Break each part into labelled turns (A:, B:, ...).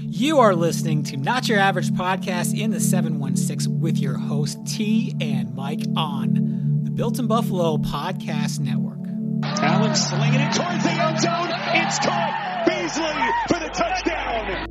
A: You are listening to Not Your Average Podcast in the 716 with your host T and Mike on the Built in Buffalo Podcast Network.
B: Allen slinging it towards the end zone. It's caught. Beasley for the touchdown.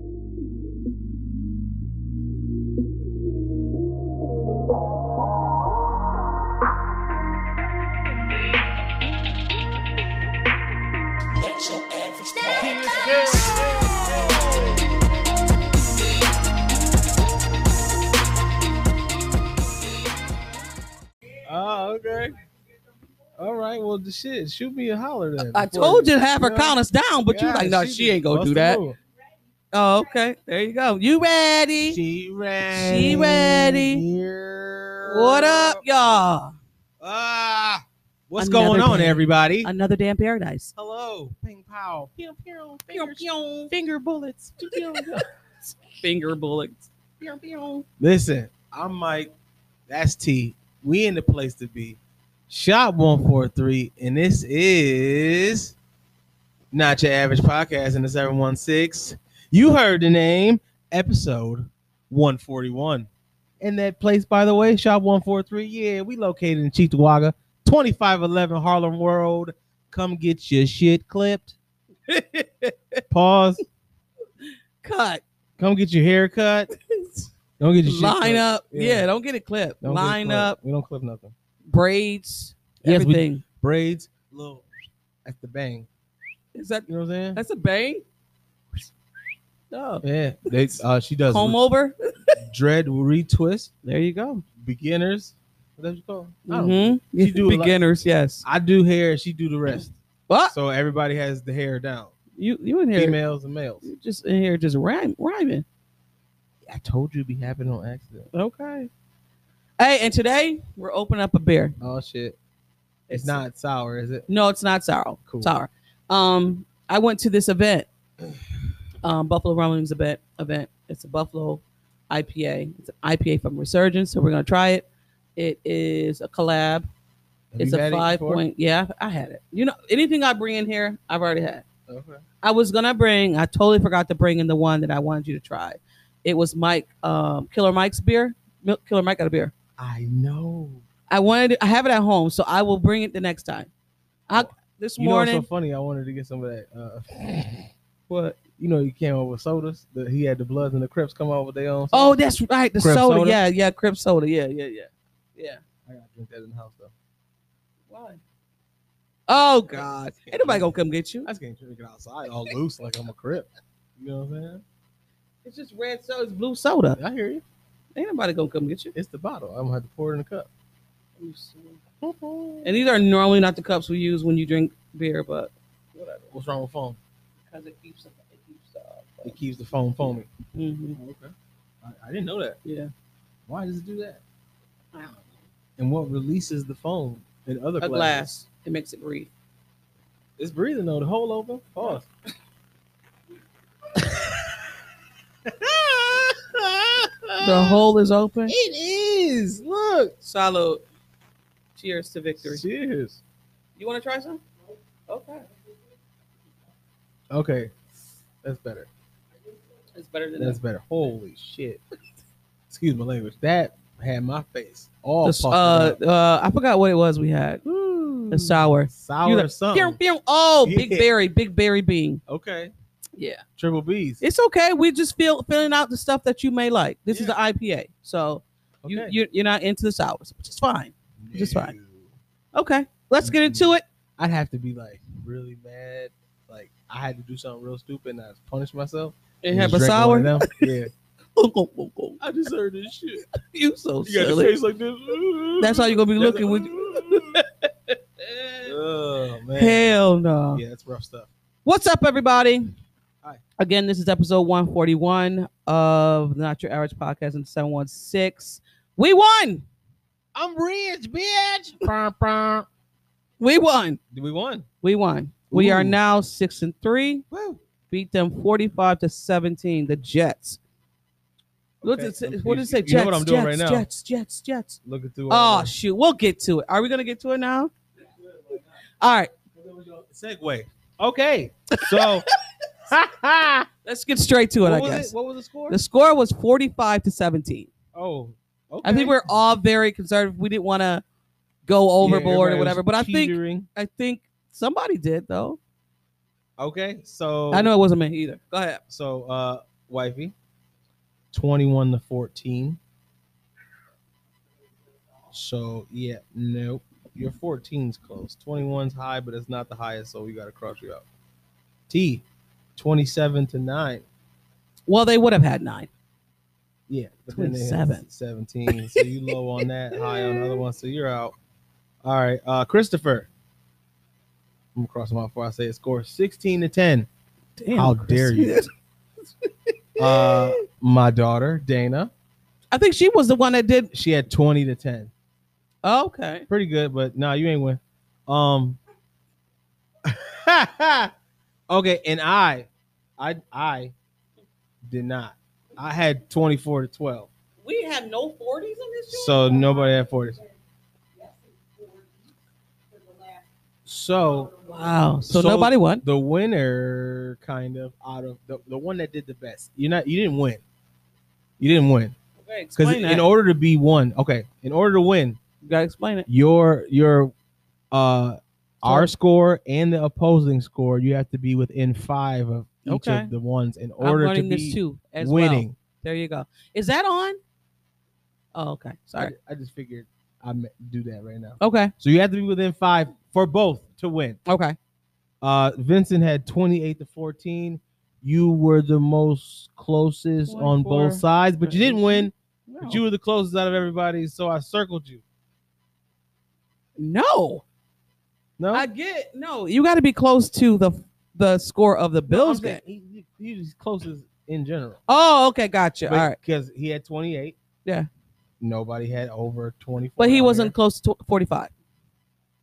C: Oh, okay. All right. Well, the shit. Shoot me a holler then.
D: I
C: before-
D: told you to have her
C: Yeah.
D: count us down, but you
C: Yeah,
D: was like, no, she, ain't gonna
C: bust
D: do
C: the
D: that.
C: move.
D: Oh, okay. There you go. You ready?
C: She ready.
D: She ready.
C: Yeah.
D: what up, y'all?
C: Ah, what's
D: Another
C: going on,
D: day.
C: everybody?
D: Another damn paradise.
C: Hello. Ping pow. Pew pew.
D: Finger bullets. Finger bullets.
C: Listen, I'm Mike. That's T. We in the place to be. Shop one four three, and this is not your average podcast in the seven one six. You heard the name, episode one forty one. And that place, by the way, Shop one four three. Yeah, we located in Cheektowaga, twenty five eleven Harlem Road. Come get your shit clipped. Pause.
D: Cut.
C: Come get your haircut. Don't get your shit
D: Line
C: clipped.
D: up. Yeah.
C: Yeah.
D: don't get it clipped.
C: Don't get
D: Line
C: clipped.
D: up.
C: We don't clip nothing.
D: Braids.
C: Yes, we-
D: everything.
C: braids, little that's the bang.
D: Is that
C: You know what I'm saying?
D: that's a bang? No.
C: yeah, they, uh, she does
D: Comb over.
C: dread retwist
D: There you go.
C: beginners. What that you call? it? I, don't,
D: Mm-hmm.
C: She do a lot-
D: Beginners, yes.
C: I do hair. She do the rest.
D: What?
C: So everybody has the hair down.
D: You you in here?
C: Females and males.
D: You just in here just rhyme, rhyming.
C: I told you it'd be happening on accident.
D: Okay. Hey, and today we're opening up a beer.
C: Oh shit! It's, not sour, is it?
D: No, it's not sour.
C: Cool.
D: Sour. Um, I went to this event, um, Buffalo Rumblings event. Event. It's a Buffalo IPA. It's an IPA from Resurgence, so we're gonna try it. It is a collab.
C: Have
D: it's
C: you
D: a
C: had it
D: five
C: before?
D: point. Yeah, I had it. You know, anything I bring in here, I've already had.
C: Okay.
D: I was gonna bring. I totally forgot to bring in the one that I wanted you to try. It was Mike, um, Killer Mike's beer. Mil- Killer Mike got a beer.
C: I know.
D: I wanted. To, I have it at home, so I will bring it the next time. I, this
C: You
D: morning.
C: know what's so funny? I wanted to get some of that. Uh,
D: what?
C: you know, you came over with sodas. The, he had the Bloods and the Crips come over with their own.
D: Oh, that's right. The
C: Crip
D: soda.
C: soda?
D: Yeah, yeah. Crip soda. Yeah, yeah, yeah, yeah.
C: I gotta drink that in the house though.
D: Why? Oh God! Ain't nobody gonna come get you.
C: I just can't drink it outside all loose like I'm a crip. You know what I'm
D: It's just red soda. It's blue soda.
C: saying? I hear you.
D: Ain't nobody gonna come get you.
C: It's the bottle. I'm gonna have to pour it in a cup.
D: And these are normally not the cups we use when you drink beer, but
C: Whatever. What's wrong with foam?
D: because it keeps it keeps. Uh,
C: It keeps the foam foamy.
D: mm-hmm.
C: Okay. I, I didn't know that.
D: Yeah.
C: Why does it do that? And what releases the foam in other
D: A
C: glasses?
D: glass. It makes it breathe.
C: It's breathing though. The hole open. Pause.
D: The hole is open.
C: It is. Look.
D: Salud. Cheers to victory.
C: Cheers.
D: You want to try some? Okay.
C: Okay. That's better.
D: It's better than
C: That's better. Holy shit. Excuse my language. That had my face all
D: This,
C: puffed
D: uh,
C: up.
D: uh, I forgot what it was we had. The sour.
C: sour
D: you
C: or
D: like, Pew,
C: something.
D: pew. Oh, big
C: Yeah.
D: berry, big berry bean.
C: Okay.
D: Yeah,
C: Triple B's.
D: it's okay. We just feel filling out the stuff that you may like. This is the IPA, so you,
C: Okay.
D: you you're not into the sours, which is fine. just fine.
C: No.
D: Okay, let's get into it.
C: I'd have to be like really mad. Like I had to do something real stupid and I was punish myself.
D: And
C: and
D: have a
C: just drink one
D: sour.
C: of them. Yeah.
D: you
C: I deserve this shit.
D: so
C: You got
D: silly.
C: face like this.
D: That's how you're gonna be looking when. You,
C: with. oh man.
D: hell no.
C: Yeah, that's rough stuff.
D: What's up, everybody?
C: Hi.
D: Again, this is episode 141 of the Not Your Average Podcast in 716. We won.
C: I'm rich, bitch.
D: We won.
C: we won.
D: We won. We
C: Ooh.
D: are now six and three.
C: Woo.
D: Beat them 45 to 17. The Jets. What
C: Okay,
D: does it,
C: I'm-
D: what
C: you-
D: does it say? Jets,
C: you know what I'm doing
D: Jets,
C: right now.
D: Jets, Jets, Jets.
C: Looking through. all
D: Oh,
C: that.
D: shoot. We'll get to it. Are we going to get to it now? All right.
C: Segue. Okay. So
D: Let's get straight to it,
C: what,
D: I
C: was
D: guess.
C: It? what was the score?
D: The score was 45 to 17.
C: oh, okay.
D: I think we're all very conservative. We didn't want to go overboard
C: everybody
D: or
C: was
D: whatever, but I think
C: teetering.
D: I think somebody did though.
C: okay. So
D: I know it wasn't me either. Go ahead.
C: So, uh, wifey, twenty-one to fourteen. So yeah, nope. Your 14's close. 21's high, but it's not the highest, so we gotta cross you out. T, twenty-seven to nine.
D: Well, they would have had nine.
C: Yeah, but then they hit
D: 27.
C: 17. So you low on that, high on the other one, so you're out. All right, uh, Christopher. I'm gonna cross him off before I say it. Score sixteen to ten.
D: Damn,
C: How
D: Chris.
C: dare you? uh, my daughter Dana,
D: I think she was the one that did.
C: she had twenty to ten.
D: Okay.
C: Pretty good, but nah, you ain't win. Um. okay, and I, I, I did not. I had twenty four to twelve,
D: We had no 40s in this
C: so nobody had forties. So
D: Wow. So,
C: So-
D: nobody won.
C: the winner, kind of out of the, the one that did the best. You're not. You didn't win. You didn't win.
D: Okay,
C: Because in order to be one, okay, in order to win,
D: you gotta explain it.
C: your your uh our score and the opposing score, you have to be within five of each
D: Okay.
C: of the ones in
D: I'm
C: order to
D: learning
C: be
D: this too as well.
C: winning.
D: There you go. Is that on? Oh, okay. Sorry.
C: I, I just figured I would do that right now.
D: Okay.
C: So you have to be within five for both to win.
D: Okay.
C: Uh Vincent had twenty eight to fourteen. You were the most closest on
D: 24.
C: both sides, but you didn't win.
D: No.
C: But you were the closest out of everybody, so I circled you.
D: no.
C: No,
D: I get no. You got to be close to the the score of the
C: No, I'm
D: Bills
C: saying
D: game.
C: he- he- He's closest in general.
D: Oh, okay, gotcha. All right,
C: Because he had 28.
D: Yeah.
C: Nobody had over 24.
D: but he
C: out
D: wasn't close to forty-five.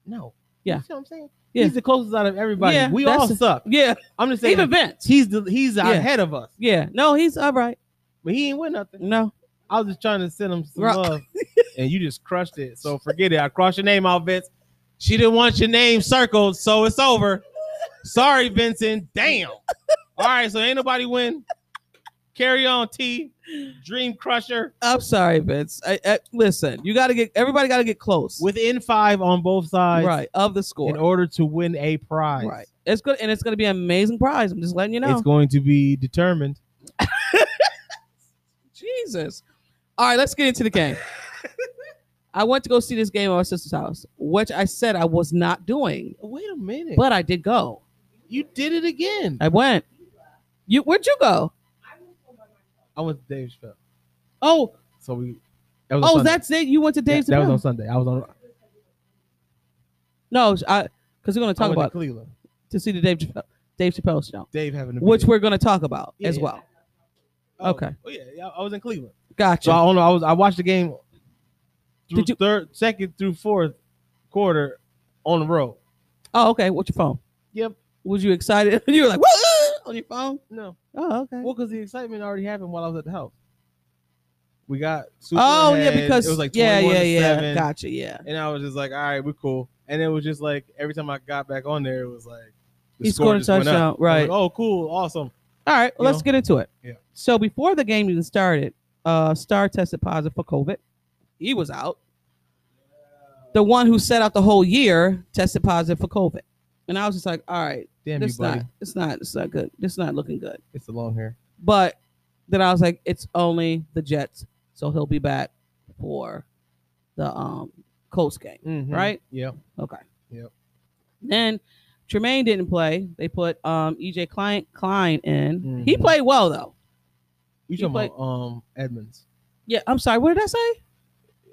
C: there. No.
D: Yeah.
C: You see what I'm saying?
D: Yeah.
C: He's the closest out of everybody.
D: Yeah,
C: we all
D: that's-
C: suck.
D: Yeah,
C: I'm just saying.
D: even Vince.
C: he's the, he's
D: Yeah.
C: ahead of us.
D: yeah, no, he's all right.
C: But he ain't win nothing.
D: No,
C: I was just trying to send him some
D: Right.
C: love. and you just crushed it. So forget it. I crossed your name out, Vince. She didn't want your name circled, so it's over. Sorry, Vincent. Damn. All right, so ain't nobody win. Carry on, T. Dream Crusher.
D: I'm sorry, Vince. I, I, listen, you got to get everybody got to get close.
C: within five on both sides
D: right of the score.
C: in order to win a prize.
D: Right, it's good, and it's going to be an amazing prize. I'm just letting you know.
C: It's going to be determined.
D: Jesus. All right, let's get into the game. I went to go see this game at my sister's house, which I said I was not doing,
C: Wait a minute.
D: but I did go.
C: you did it again.
D: I went. You where'd you go?
C: I went to Dave's show.
D: Oh,
C: So we that was on
D: oh,
C: Sunday.
D: that's it. You went to Dave's.
C: that, that was
D: Bill?
C: on Sunday. I was on I
D: no, I because we're gonna talk
C: went to
D: about to,
C: Cleveland.
D: see the Dave Chappelle, Dave Chappelle show,
C: Dave having a
D: which
C: baby.
D: we're gonna talk about as
C: Yeah.
D: well.
C: Oh,
D: okay.
C: Oh yeah, yeah, I was in Cleveland.
D: Gotcha.
C: So I don't know. I was I watched the game through
D: Did you-
C: third second through fourth quarter on the road.
D: oh, okay. What's your phone?
C: Yep.
D: Was you excited? you were like "Whoa," on your phone.
C: No.
D: Oh, okay.
C: Well, because the excitement already happened while I was at the house. We got super
D: oh yeah,
C: ahead.
D: because
C: it was like
D: yeah,
C: 21
D: yeah,
C: to
D: yeah.
C: 7.
D: Gotcha. Yeah.
C: and I was just like, all right, we're cool. And it was just like every time I got back on there, it was like
D: He scored a
C: just went up.
D: touchdown,
C: I'm like,
D: right.
C: oh, cool, awesome.
D: All right.
C: You
D: Well, let's
C: know?
D: get into it.
C: Yeah.
D: So before the game even started, uh, Star tested positive for COVID. He was out. The one who set out the whole year tested positive for COVID, and I was just like, all right.
C: Damn
D: It's
C: you, buddy.
D: not. It's not. It's not good. It's not looking good.
C: It's the long hair.
D: But then I was like, it's only the Jets, so he'll be back for the um Colts game,
C: Mm-hmm.
D: right?
C: Yep.
D: Okay.
C: Yep.
D: Then Tremaine didn't play. They put um EJ Klein Klein in. He
C: Mhm.
D: played well though.
C: You
D: He
C: talking
D: played-
C: about um Edmonds?
D: Yeah. I'm sorry. What did I say?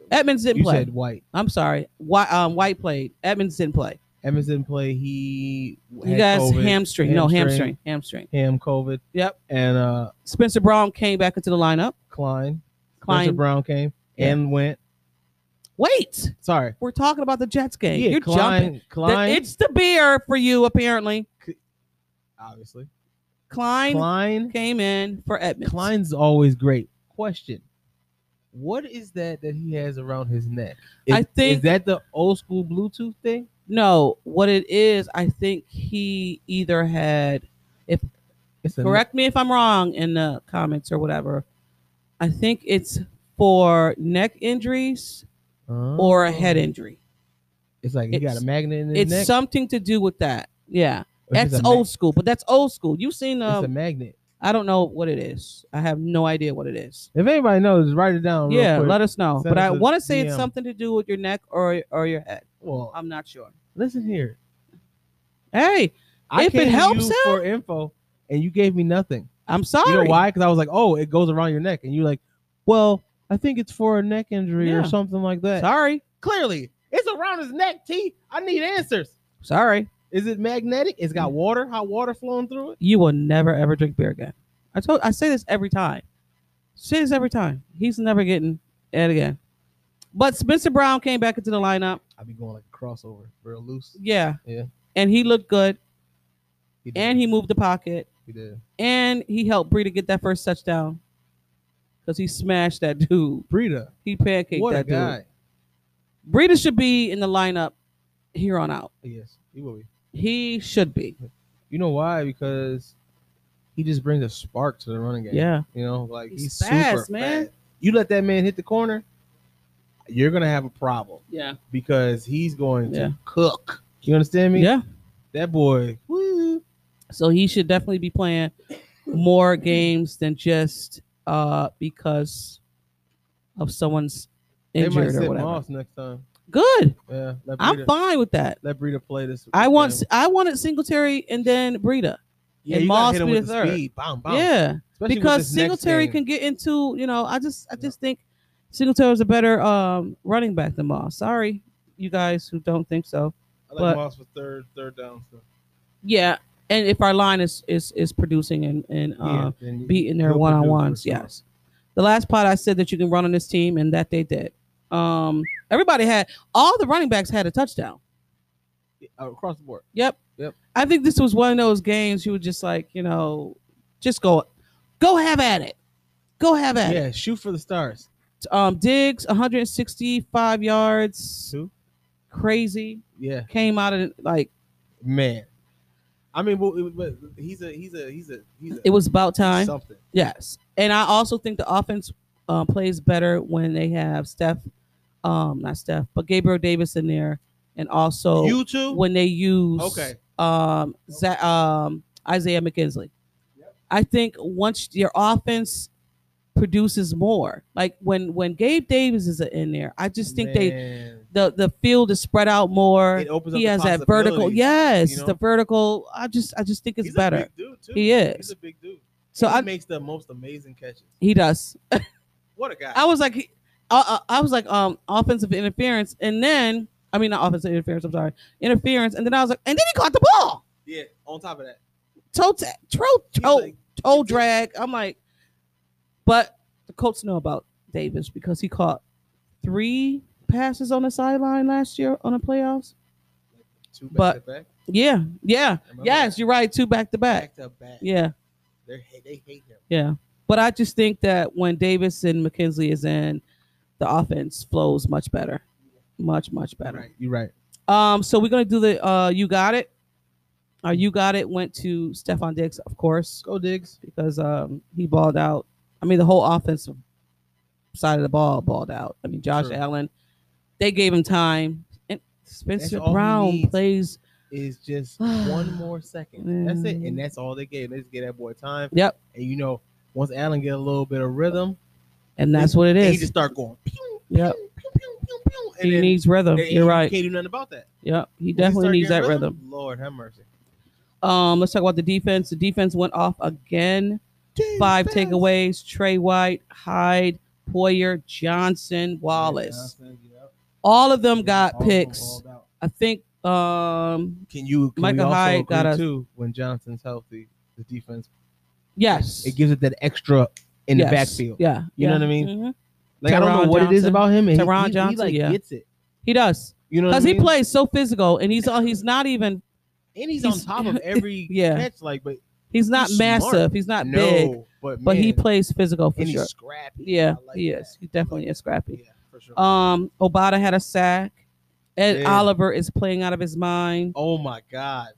D: Edmonds didn't
C: you
D: play.
C: said White.
D: I'm sorry. White um White played. Edmonds didn't play.
C: Edmonds didn't play. He
D: You
C: had
D: guys
C: COVID,
D: hamstring. No
C: Hamstring.
D: hamstring. Hamstring.
C: ham COVID,
D: Yep.
C: and uh
D: Spencer Brown came back into the lineup.
C: Klein. Spencer
D: Klein.
C: Brown came
D: Yeah.
C: and went.
D: Wait.
C: Sorry.
D: We're talking about the Jets game. You're
C: Klein.
D: jumping. That-
C: Klein.
D: it's the beer for you, apparently.
C: obviously
D: Klein,
C: Klein.
D: came in for Edmonds.
C: Klein's always great. Question: What is that that he has around his neck? Is,
D: I think-
C: is that the old school Bluetooth thing.
D: No, what it is, I think he either had, if
C: It's a-
D: correct me if I'm wrong in the comments or whatever. I think it's for neck injuries
C: Uh,
D: or a head injury.
C: It's like you got
D: it's-
C: a magnet in the
D: It's
C: neck.
D: something to do with that. Yeah.
C: or it's
D: That's
C: a ma-
D: old school, but that's old school. You've seen
C: It's a
D: um
C: magnet.
D: I don't know what it is. I have no idea what it is.
C: If anybody knows, write it down. Oh, Real
D: Yeah,
C: quick.
D: let us know.
C: Send
D: but I
C: us a
D: want to say it's
C: DM.
D: something to do with your neck or or your head.
C: well,
D: I'm not sure.
C: listen here.
D: Hey,
C: I
D: If it
C: came to
D: helps
C: you
D: out-
C: for info, and you gave me nothing.
D: I'm sorry.
C: You know why? Because I was like, oh, it goes around your neck, and you're like, well, I think it's for a neck injury
D: Yeah.
C: or something like that.
D: Sorry.
C: Clearly, it's around his neck. T. I need answers.
D: Sorry.
C: Is it magnetic? It's got water, hot water flowing through it.
D: you will never ever drink beer again. I told I say this every time. Say this every time. He's never getting it again. But Spencer Brown came back into the lineup.
C: I'd be going like a crossover, real loose.
D: Yeah.
C: Yeah.
D: And he looked good.
C: He did.
D: And he moved the pocket.
C: he did.
D: And he helped Bree to get that first touchdown. Because he smashed that dude.
C: Brita,
D: He pancaked
C: what a
D: that dude.
C: guy.
D: Breida should be in the lineup here on out.
C: Yes, he will be.
D: He should be.
C: You know why? Because he just brings a spark to the running game.
D: Yeah.
C: You know, like he's,
D: He's
C: super
D: fast, man.
C: fast. You let that man hit the corner, you're gonna have a problem
D: Yeah.
C: because he's going
D: Yeah.
C: to cook. You understand me?
D: Yeah.
C: That boy. Woo.
D: So he should definitely be playing more games than just uh because of someone's
C: They might
D: injured
C: sit
D: or
C: him
D: whatever.
C: off next time.
D: Good.
C: Yeah. Let
D: I'm
C: Breida-
D: fine with that.
C: Let Breida play this.
D: I want
C: game.
D: I wanted Singletary and then Breida.
C: yeah,
D: and
C: you gotta
D: Moss
C: hit him
D: be
C: with
D: the
C: the
D: third.
C: speed. Boom, boom.
D: Yeah.
C: Especially with
D: Because
C: this next
D: Singletary
C: game.
D: can get into, you know, I just I just think Singletary is a better um running back than Moss. Sorry, you guys who don't think so.
C: I
D: but-
C: like Moss for third, third down. So.
D: Yeah. And if our line is is is producing and, and uh
C: then you-
D: beating their
C: he'll
D: one on
C: produce
D: ones.
C: for sure.
D: Yes. The last pod I said that you can run on this team, and that they did. Um, everybody had all the running backs had a touchdown.
C: Uh, across the board.
D: Yep.
C: Yep.
D: I think this was one of those games you were just like, you know, just go, go have at it, go have at it.
C: Yeah, shoot for the stars.
D: Um, Diggs 165 yards,
C: Who?
D: crazy.
C: Yeah,
D: Came out of like
C: man. I mean, but, but he's a he's a he's a he's a
D: it was about time.
C: something.
D: Yes, and I also think the offense uh, plays better when they have Steph, um, not Steph, but Gabriel Davis in there, and also
C: you too.
D: when they use
C: Okay.
D: um, Za- um, Isaiah McKinley. I think once your offense produces more, like when when Gabe Davis is in there, I just think they
C: Man.
D: the the field is spread out more.
C: It opens
D: He
C: up
D: has
C: the
D: that vertical,
C: possibilities.
D: yes,
C: you know?
D: the vertical. I just I just think it's
C: He's
D: better.
C: A big dude too.
D: He is.
C: He's a big dude.
D: so
C: he
D: I
C: makes the most amazing catches.
D: he does.
C: What a guy!
D: I was like, he- I, I I was like, um, offensive interference, and then I mean, not offensive interference. I'm sorry, interference, and then I was like, and then he caught the ball,
C: yeah. On top of that,
D: toe, ta- toe,
C: he's
D: toe,
C: like,
D: toe drag. I'm like, but the Colts know about Davis because he caught three passes on the sideline last year on the playoffs.
C: two back
D: but-
C: to back.
D: Yeah, yeah,
C: Remember
D: yes,
C: that?
D: you're right, two back to back.
C: back to back.
D: Yeah,
C: They're, ha- they hate him.
D: yeah. But I just think that when Davis and McKenzie is in, the offense flows much better, much much better.
C: Right. You're right.
D: Um, so we're gonna do the uh you got it. Uh you got it went to Stefan Diggs, of course,
C: Go Diggs.
D: because um he balled out. I mean the whole offensive side of the ball balled out. I mean Josh
C: True.
D: Allen, they gave him time. And Spencer
C: all he
D: Brown
C: needs.
D: plays
C: Is just one more second. That's it, and that's all they gave. They just gave that boy time.
D: Yep.
C: And you know, once Allen get a little bit of rhythm,
D: and that's what it
C: and he
D: is.
C: just start going. Pew,
D: Yep.
C: pew, pew, pew, pew, and
D: He
C: then-
D: needs rhythm.
C: and
D: You're
C: you
D: right.
C: Can't do nothing about that.
D: Yep. He
C: Once you
D: definitely
C: start
D: needs that
C: getting
D: rhythm.
C: Lord have mercy.
D: Um, let's talk about the defense. The defense went off again. Five
C: Defense.
D: takeaways. Trey White, Hyde, Poyer, Johnson, Wallace.
C: Yeah, Johnson, yeah.
D: All of
C: Yeah,
D: them got
C: all of them
D: picks.
C: balled out.
D: I think um
C: Can you? Can we
D: Micah
C: also
D: Hyde
C: agree
D: got us-
C: too when Johnson's healthy. The defense
D: yes.
C: it gives it that extra in
D: Yes.
C: the backfield.
D: Yeah.
C: You know
D: yeah.
C: what I mean?
D: Mhm.
C: Like I don't
D: Teron
C: know what it is
D: Johnson.
C: about him. And he-
D: Teron
C: he, he,
D: Johnson,
C: like
D: yeah.
C: gets it.
D: He does.
C: You know what I
D: Because he
C: mean?
D: plays so physical and he's all he's not even
C: and he's,
D: he's-
C: on top of every
D: Yeah.
C: catch. Like, but
D: he's not
C: He's smart.
D: massive. He's not
C: no,
D: big.
C: but
D: But he
C: man,
D: plays physical for
C: and
D: sure.
C: he's scrappy.
D: Yeah,
C: I like
D: he
C: that.
D: is. He definitely is scrappy.
C: Yeah, for sure.
D: Um Obata had a sack. Ed
C: Yeah.
D: Oliver is playing out of his mind.
C: oh my god,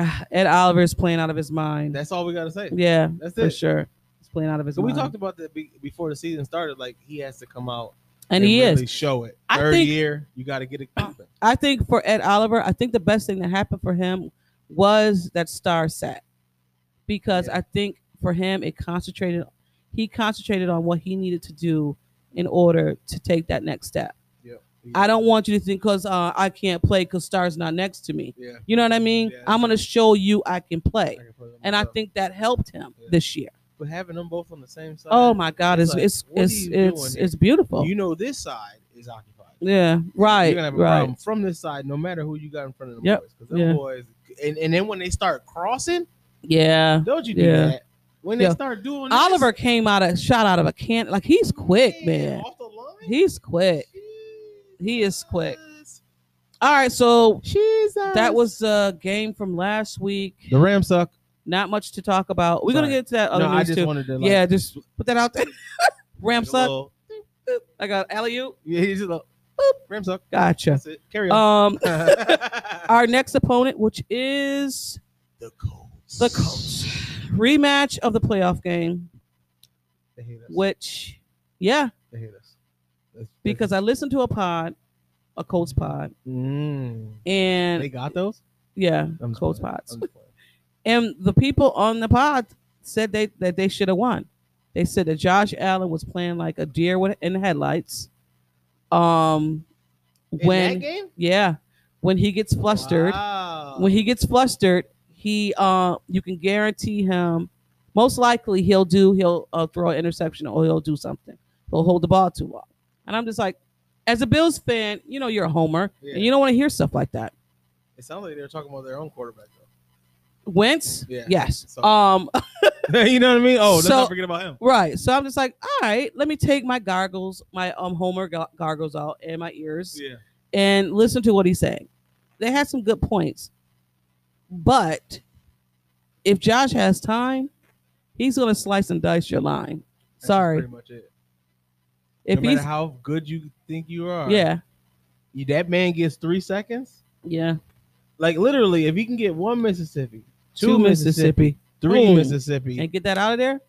D: Ah, Ed Oliver is playing out of his mind.
C: That's all we gotta say.
D: yeah,
C: That's
D: for
C: it.
D: sure. He's playing out of his
C: So we
D: mind.
C: talked about that be- before the season started. Like he has to come out
D: and he
C: really
D: is.
C: show it.
D: I
C: Third
D: think-
C: year, you got to get it popping.
D: I think for Ed Oliver, I think the best thing that happened for him was that star set because
C: Yeah.
D: I think for him it concentrated. He concentrated on what he needed to do in order to take that next step.
C: Yep.
D: I don't want you to think because uh, I can't play because Star's not next to me.
C: Yeah.
D: You know what I mean?
C: Yeah.
D: I'm gonna show you I can play,
C: can put it on
D: and I
C: myself.
D: think that helped him
C: Yeah.
D: this year.
C: but having them both on the same side.
D: oh my God,
C: it's
D: it's
C: like,
D: it's
C: what are
D: it's
C: you
D: it's,
C: doing
D: it's,
C: here?
D: beautiful.
C: You know this side is occupied.
D: yeah, right,
C: You're gonna have a
D: right.
C: problem from this side, no matter who you got in front of them
D: Yep.
C: boys. 'Cause them
D: Yeah.
C: boys, and, and then when they start crossing,
D: Yeah,
C: don't you
D: Yeah.
C: do that? When they
D: Yeah.
C: start doing this,
D: Oliver came out of shot out of a can. Like he's quick, man.
C: Off the line,
D: He's quick. He is quick. All right, so
C: Jesus.
D: that was the game from last week.
C: the Rams suck.
D: Not much to talk about. We're gonna
C: Sorry.
D: get to that other
C: No, I
D: news
C: just
D: too.
C: wanted to. Like,
D: yeah, just put that out there.
C: get
D: Rams
C: a
D: up.
C: little-
D: I got alley oop.
C: Yeah, he's just like, Rams suck.
D: Gotcha.
C: That's it. Carry on.
D: Um, our next opponent, which is
C: the Colts.
D: the Colts, rematch of the playoff game.
C: They hate us.
D: Which, yeah,
C: They hate us. That's-
D: because I listened to a pod, a Colts pod,
C: Mm.
D: and
C: they got those.
D: yeah,
C: I'm just
D: Colts
C: playing.
D: pods.
C: I'm just playing.
D: And the people on the pod said they that they should have won. They said that Josh Allen was playing like a deer with, in the headlights. Um,
C: In
D: when
C: that game,
D: yeah, when he gets flustered,
C: Wow.
D: when he gets flustered, he uh, you can guarantee him. Most likely, he'll do he'll uh, throw an interception or he'll do something. He'll hold the ball too long. And I'm just like, as a Bills fan, you know you're a homer,
C: Yeah.
D: and you don't want to hear stuff like that.
C: it sounds like they were talking about their own quarterback though.
D: Wentz?
C: Yeah.
D: Yes.
C: So-
D: Um,
C: you know what I mean? Oh, let's
D: So-
C: not forget about him.
D: right. So I'm just like, all right, let me take my gargles, my um Homer gar- gargles out and my ears
C: Yeah.
D: and listen to what he's saying. They had some good points. But if Josh has time, he's going to slice and dice your line.
C: That's
D: Sorry.
C: Pretty much it.
D: If
C: no matter
D: he's
C: how good you think you are,
D: Yeah.
C: you- that man gets three seconds.
D: Yeah.
C: Like literally, if he can get one Mississippi, two,
D: Two,
C: Mississippi,
D: Mississippi
C: three
D: Boom.
C: Mississippi,
D: and get that out of there,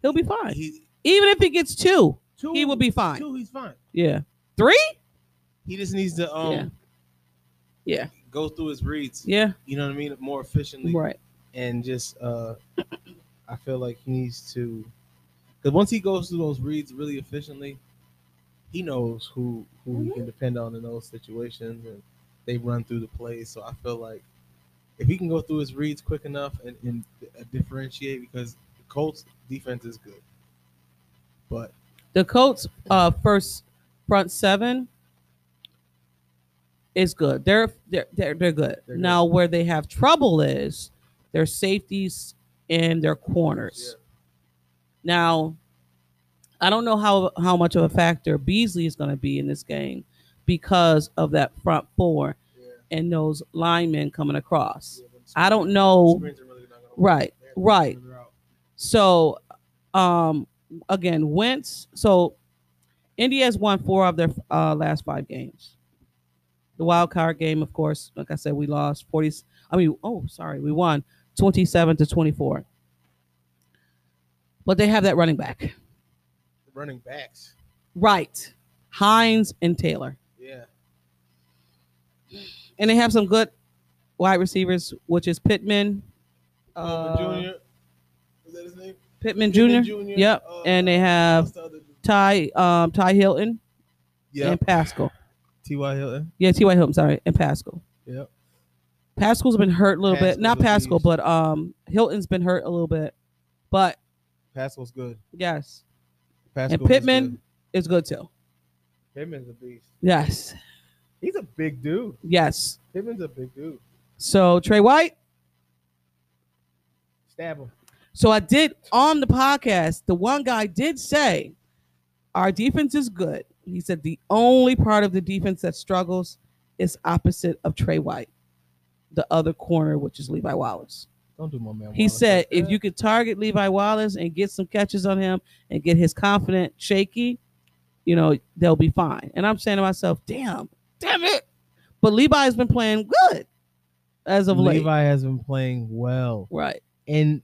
D: he'll be fine.
C: he,
D: Even if he gets two,
C: two,
D: he will be fine.
C: Two, he's fine.
D: Yeah. 3?
C: He just needs to um
D: Yeah. Yeah.
C: go through his reads.
D: Yeah.
C: You know what I mean, more efficiently,
D: Right.
C: and just uh, I feel like he needs to, because once he goes through those reads really efficiently, he knows who who he
D: Mm-hmm.
C: can depend on in those situations, and they run through the plays. So I feel like if he can go through his reads quick enough and, and uh, differentiate, because the Colts defense is good, but
D: the Colts uh first front seven is good. They're they're they're, they're good.
C: They're good.
D: now where they have trouble is their safeties and their corners. Now I don't know how how much of a factor Beasley is going to be in this game because of that front four
C: yeah,
D: and those linemen coming across.
C: yeah, when
D: I don't know.
C: screens are really not gonna work.
D: Right,
C: They have to
D: right.
C: figure out.
D: So, um, again, Wentz. So, India has won four of their uh, last five games. The wild card game, of course, like I said, we lost forty. I mean, oh, sorry, we won twenty-seven to twenty-four. But they have that running back,
C: Running backs,
D: right? Hines and Taylor,
C: yeah,
D: and they have some good wide receivers, which is Pittman,
C: Coleman
D: uh,
C: Jr. Is that his name?
D: Pittman
C: Pittman
D: Jr.
C: Jr.,
D: Yep,
C: uh,
D: and they have
C: What's the other dude?
D: Ty um, Ty Hilton
C: Yeah,
D: and Pascal.
C: T.Y. Hilton.
D: Yeah, T.Y. Hilton, sorry, and Pascal.
C: Yep.
D: Pascal's been hurt a little bit.
C: Pascal's
D: Not
C: a
D: Pascal,
C: beast.
D: but um Hilton's been hurt a little bit. But
C: Pascal's good.
D: yes,
C: Pascal
D: and Pittman is good too.
C: Pittman's a beast.
D: Yes.
C: He's a big dude.
D: Yes.
C: Pittman's a big dude.
D: So Trey White.
C: Stab him.
D: So I did on the podcast, the one guy did say our defense is good. He said the only part of the defense that struggles is opposite of Trey White, the other corner, which is Levi Wallace.
C: Don't do my man.
D: He
C: Wallace
D: said
C: like
D: if
C: that.
D: you could target Levi Wallace and get some catches on him and get his confident shaky, you know, they'll be fine. And I'm saying to myself, damn, damn it. But Levi's been playing good. as of late.
C: Levi has been playing well,
D: Right.
C: and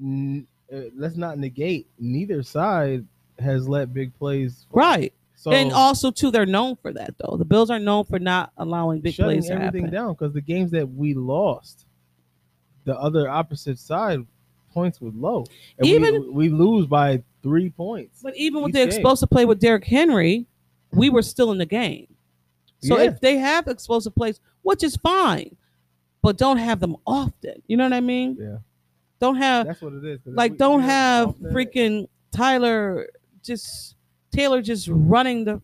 C: n- uh, let's not negate neither side has let big plays. fall.
D: Right.
C: So
D: and also too, they're known for that though. The Bills are known for not allowing big
C: shutting
D: plays to
C: everything
D: happen.
C: down because the games that we lost, the other opposite side points were low. And we-
D: Even-
C: we, lose by three points.
D: But even with
C: Each
D: the
C: game.
D: explosive play with Derrick Henry, we were still in the game. So
C: Yeah.
D: if they have explosive plays, which is fine, but don't have them often. You know what I mean?
C: Yeah.
D: Don't have
C: That's what it is. 'cause if
D: like
C: we-
D: don't
C: we
D: have
C: offense-
D: freaking Tyler just Taylor just running the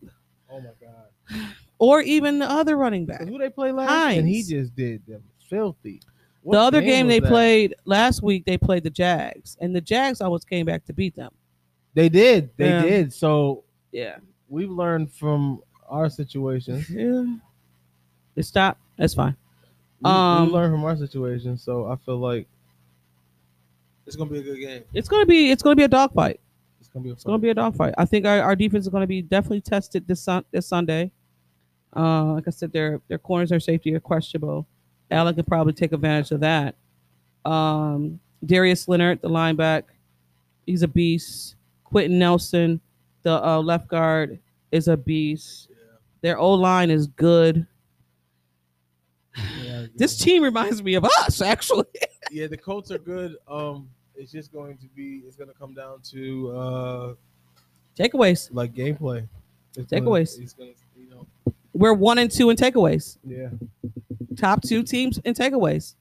C: Oh my god!
D: or even the other running back.
C: 'Cause Who they play last? And he
D: Hines.
C: just did them filthy. What
D: The other game
C: was
D: they
C: that?
D: played last week, they played the Jags, and the Jags almost came back to beat them.
C: They did. They
D: Yeah.
C: did. So
D: Yeah,
C: we've learned from our situations.
D: yeah. They stopped. That's fine.
C: We,
D: Um,
C: we learned from our situation. So I feel like it's gonna be a good game.
D: It's gonna be it's gonna be a dogfight.
C: It's gonna be. A
D: It's gonna be a dogfight. I think our, our defense is gonna be definitely tested this sun, this Sunday. Uh, like I said, their their corners, their safety are questionable. Allen could probably take advantage of that. Um, Darius Leonard, the linebacker, he's a beast. Quentin Nelson, the uh, left guard, is a beast. Their O line is good.
C: Yeah,
D: This team reminds me of us, actually.
C: yeah, the Colts are good. Um, it's just going to be. It's gonna come down to uh
D: Takeaways.
C: like gameplay. It's
D: Takeaways.
C: Gonna, it's gonna, you know,
D: We're one and two in takeaways.
C: yeah,
D: Top two teams in takeaways.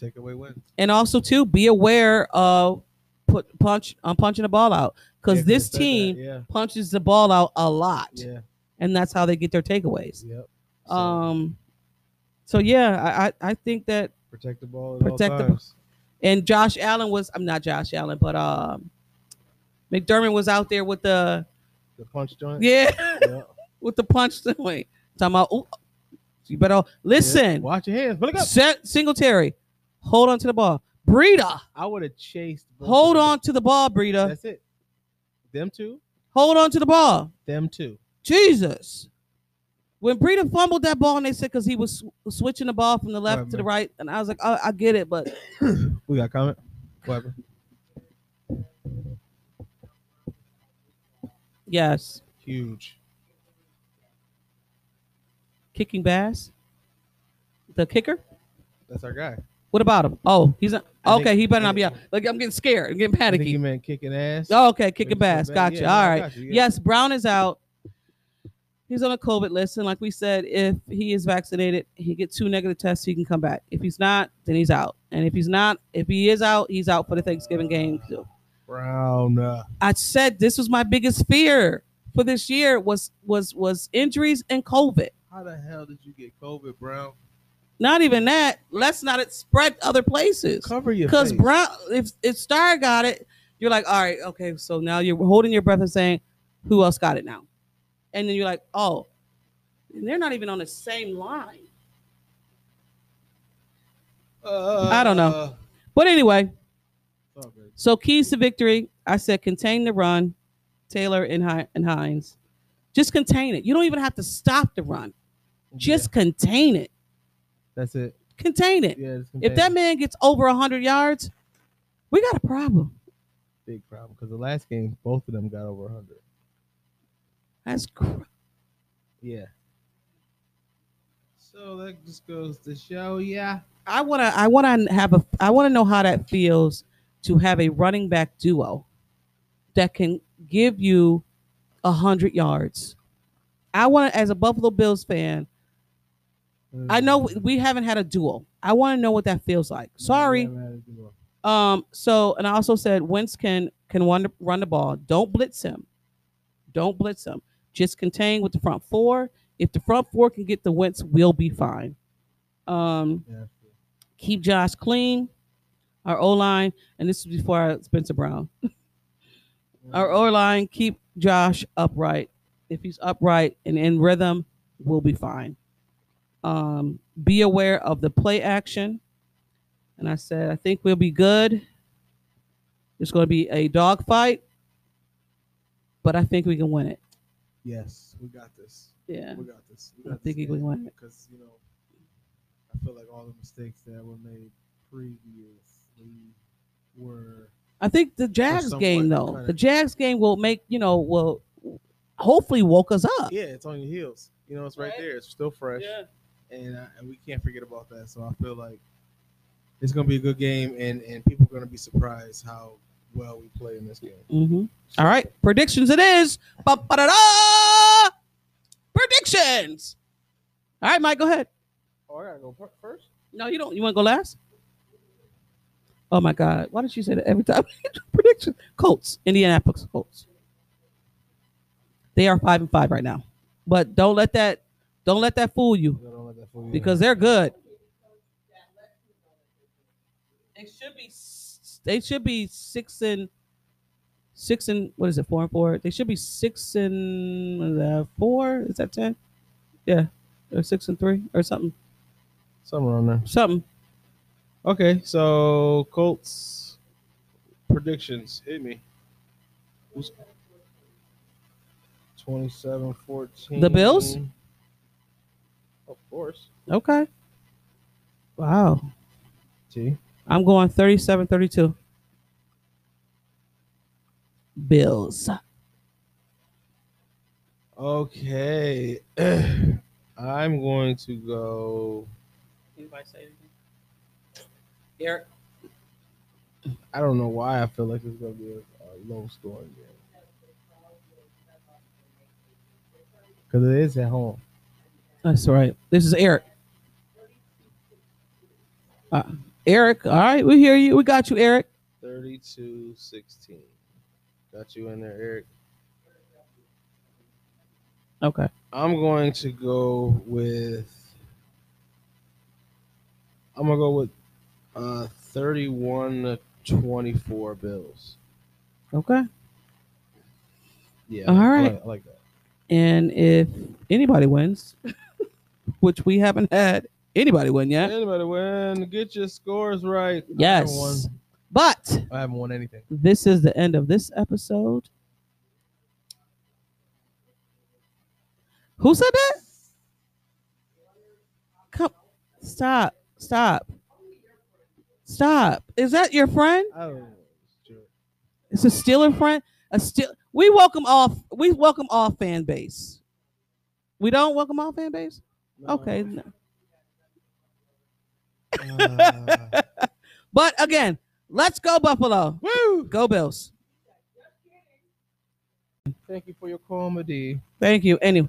C: takeaway win.
D: and also too be aware of put punch I'm punching the ball out because
C: Yeah,
D: this
C: said that.
D: team
C: Yeah,
D: punches the ball out a lot,
C: yeah,
D: and that's how they get their takeaways.
C: yep. So,
D: Um, so yeah, I I, I think that
C: protect the ball. At
D: protect
C: all
D: the-
C: times.
D: and Josh Allen was I'm not Josh Allen, but um, McDermott was out there with the
C: the, punch joint.
D: yeah
C: Yeah.
D: with the punch doing talking about "Ooh, you better listen,
C: Watch your hands. Look up.
D: set Singletary, hold on to the ball, Breida,
C: I would have chased. both
D: hold
C: of them.
D: on to the ball, Breida,
C: That's it. Them two.
D: hold on to the ball.
C: Them two.
D: Jesus. When Breida fumbled that ball and they said because he was sw- switching the ball from the left
C: Right,
D: to the
C: man.
D: right, and I was like, oh, I get it, but
C: We got a comment. Whatever.
D: yes,
C: Huge.
D: kicking bass, the kicker.
C: That's our guy.
D: What about him? Oh, he's not,
C: I think-
D: okay. He better
C: I
D: not be out.
C: think-
D: Like I'm getting scared. I'm getting
C: I think you
D: panicky. Oh,
C: meant kicking ass.
D: Okay, kicking
C: Maybe
D: bass.
C: something bad.
D: Gotcha.
C: Yeah,
D: All
C: no, I
D: right.
C: got you. Yeah.
D: Yes, Brown is out. He's on a COVID list, and like we said, if he is vaccinated, he gets two negative tests, he can come back. If he's not, then he's out. And if he's not, if he is out, he's out for the Thanksgiving game too.
C: Brown. Uh,
D: I said this was my biggest fear for this year was was was injuries and COVID.
C: how the hell did you get COVID, Brown?
D: Not even that. Let's not it spread other places.
C: Cover your
D: Because
C: face.
D: Brown, if if Star got it, you're like, all right, okay. So now you're holding your breath and saying, who else got it now? And then you're like, oh, and they're not even on the same line.
C: Uh,
D: I don't know. But anyway,
C: it's all good.
D: so keys to victory. I said contain the run, Taylor and Hi- and Hines. Just contain it. You don't even have to stop the run. Just contain it.
C: Yeah, that's it.
D: Contain it.
C: Yeah. It's
D: If that
C: contained.
D: man gets over 100 yards, we got a problem.
C: big problem because the last game both of them got over 100.
D: That's cr-
C: Yeah. So that just goes to show, yeah.
D: I want to I want to have a I want to know how that feels to have a running back duo that can give you 100 yards. I want as a Buffalo Bills fan, I know we haven't had a duo. I want to know what that feels like. Sorry. Um, so and I also said Wentz can can run the, run the ball. Don't blitz him. Don't blitz him. Just contain with the front four. If the front four can get the Wentz, we'll be fine. Um,
C: Yeah.
D: keep Josh clean. Our O line, and this is before Spencer Brown. Our O line, keep Josh upright. If he's upright and in rhythm, we'll be fine. Um, be aware of the play action. And I said, I think we'll be good. It's going to be a dogfight, but I think we can win it.
C: Yes, we got this.
D: Yeah.
C: We got this. We
D: I think we can win it.
C: Because, you know, I I feel like all the mistakes that were made previously were
D: I think the Jags
C: somewhat
D: game though,
C: kinda-
D: the Jags game will make you know will hopefully woke us up.
C: yeah, it's on your heels. You know, it's right,
D: Right.
C: there. It's still fresh, and, I, and we can't forget about that. So I feel like it's gonna be a good game, and and people are gonna be surprised how well we play in this game.
D: Mm-hmm. All right, predictions. It is. Ba-ba-da-da! Predictions. All right, Mike, go ahead.
C: Oh, I gotta go fir- first.
D: No, you don't. You want to go last? Oh my God! Why did she say that every time? Prediction: Colts, Indianapolis Colts. They are five and five right now, but don't let that don't let that fool you
C: No, don't let that fool you.
D: because they're good. They should be s- they should be six and six and what is it four and four? They should be six and what is that, four. Is that ten? Yeah, or six and three or something
C: somewhere on there.
D: something.
C: Okay, so Colts predictions. Hit me. Who's 27 14.
D: The Bills?
C: Of course.
D: Okay. Wow.
C: T.
D: I'm going 37 32. Bills.
C: Okay. I'm going to go.
D: Anybody say anything? Eric.
C: I don't know why I feel like it's going to be a, a low scoring game. Because it is at home.
D: That's right. This is Eric. Uh, Eric. All right. We hear you. We got you, Eric.
C: 32 16. Got you in there, Eric.
D: Okay.
C: I'm going to go with. I'm gonna go with uh, 31 to 24 Bills.
D: Okay.
C: Yeah.
D: All
C: I like-
D: right.
C: I like that.
D: And if anybody wins, which we haven't had anybody win yet.
C: Anybody win? Get your scores right. I
D: Yes.
C: haven't,
D: But
C: won, I haven't won anything.
D: this is the end of this episode. Who said that? Come, stop, stop, stop. Is that your friend?
C: I don't know. It's true.
D: Is a Steeler friend? A still. We welcome all. We welcome all fan base. We don't welcome all fan base.
C: No.
D: Okay. no.
C: Uh,
D: But again, let's go Buffalo.
C: woo!
D: Go Bills.
C: Thank you for your comedy.
D: Thank you. Anyway.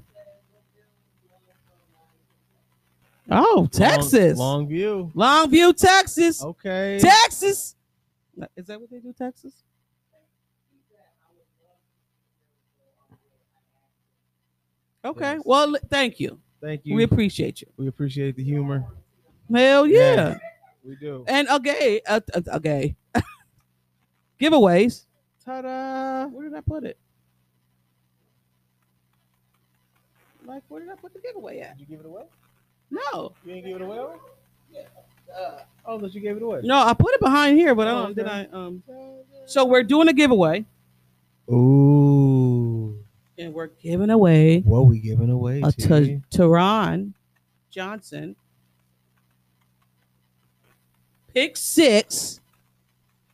D: Oh, Texas.
C: Long, Longview.
D: Longview, Texas.
C: Okay.
D: Texas. Is that what they do, Texas? Okay.
C: Yes.
D: Well, li- thank you.
C: Thank you.
D: We
C: We,
D: appreciate you.
C: appreciate the humor.
D: Hell yeah.
C: Yeah. We do.
D: And okay, uh, uh, okay. Giveaways.
C: Ta-da!
D: Where did I put it? Like, where did I put the giveaway at?
C: Did you give it away?
D: No,
C: You didn't give it away? already? Oh, that you gave it away.
D: no, I put it behind here, but I
C: Oh,
D: don't. Did I?
C: okay.
D: Um. So we're doing a giveaway,
C: Ooh.
D: and we're giving away
C: What we giving away?
D: a
C: T?
D: T- Teron Johnson pick six,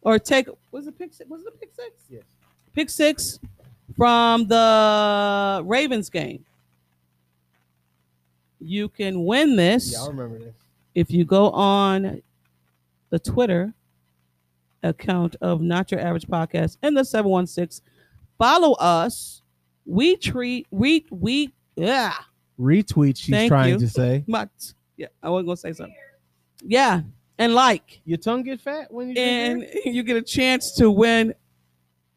D: or take was it pick six? Was it a pick six?
C: Yes.
D: Pick six from the Ravens game. You can win this.
C: Yeah, I remember this.
D: if you go on the Twitter account of Not Your Average Podcast and the 716, follow us. We treat, we, we, yeah,
C: Retweet, she's
D: Thank
C: trying
D: you.
C: to say.
D: my, yeah, I wasn't going to say something. Yeah, and like,
C: Your tongue get fat when you drink
D: and
C: beer?
D: you get a chance to win,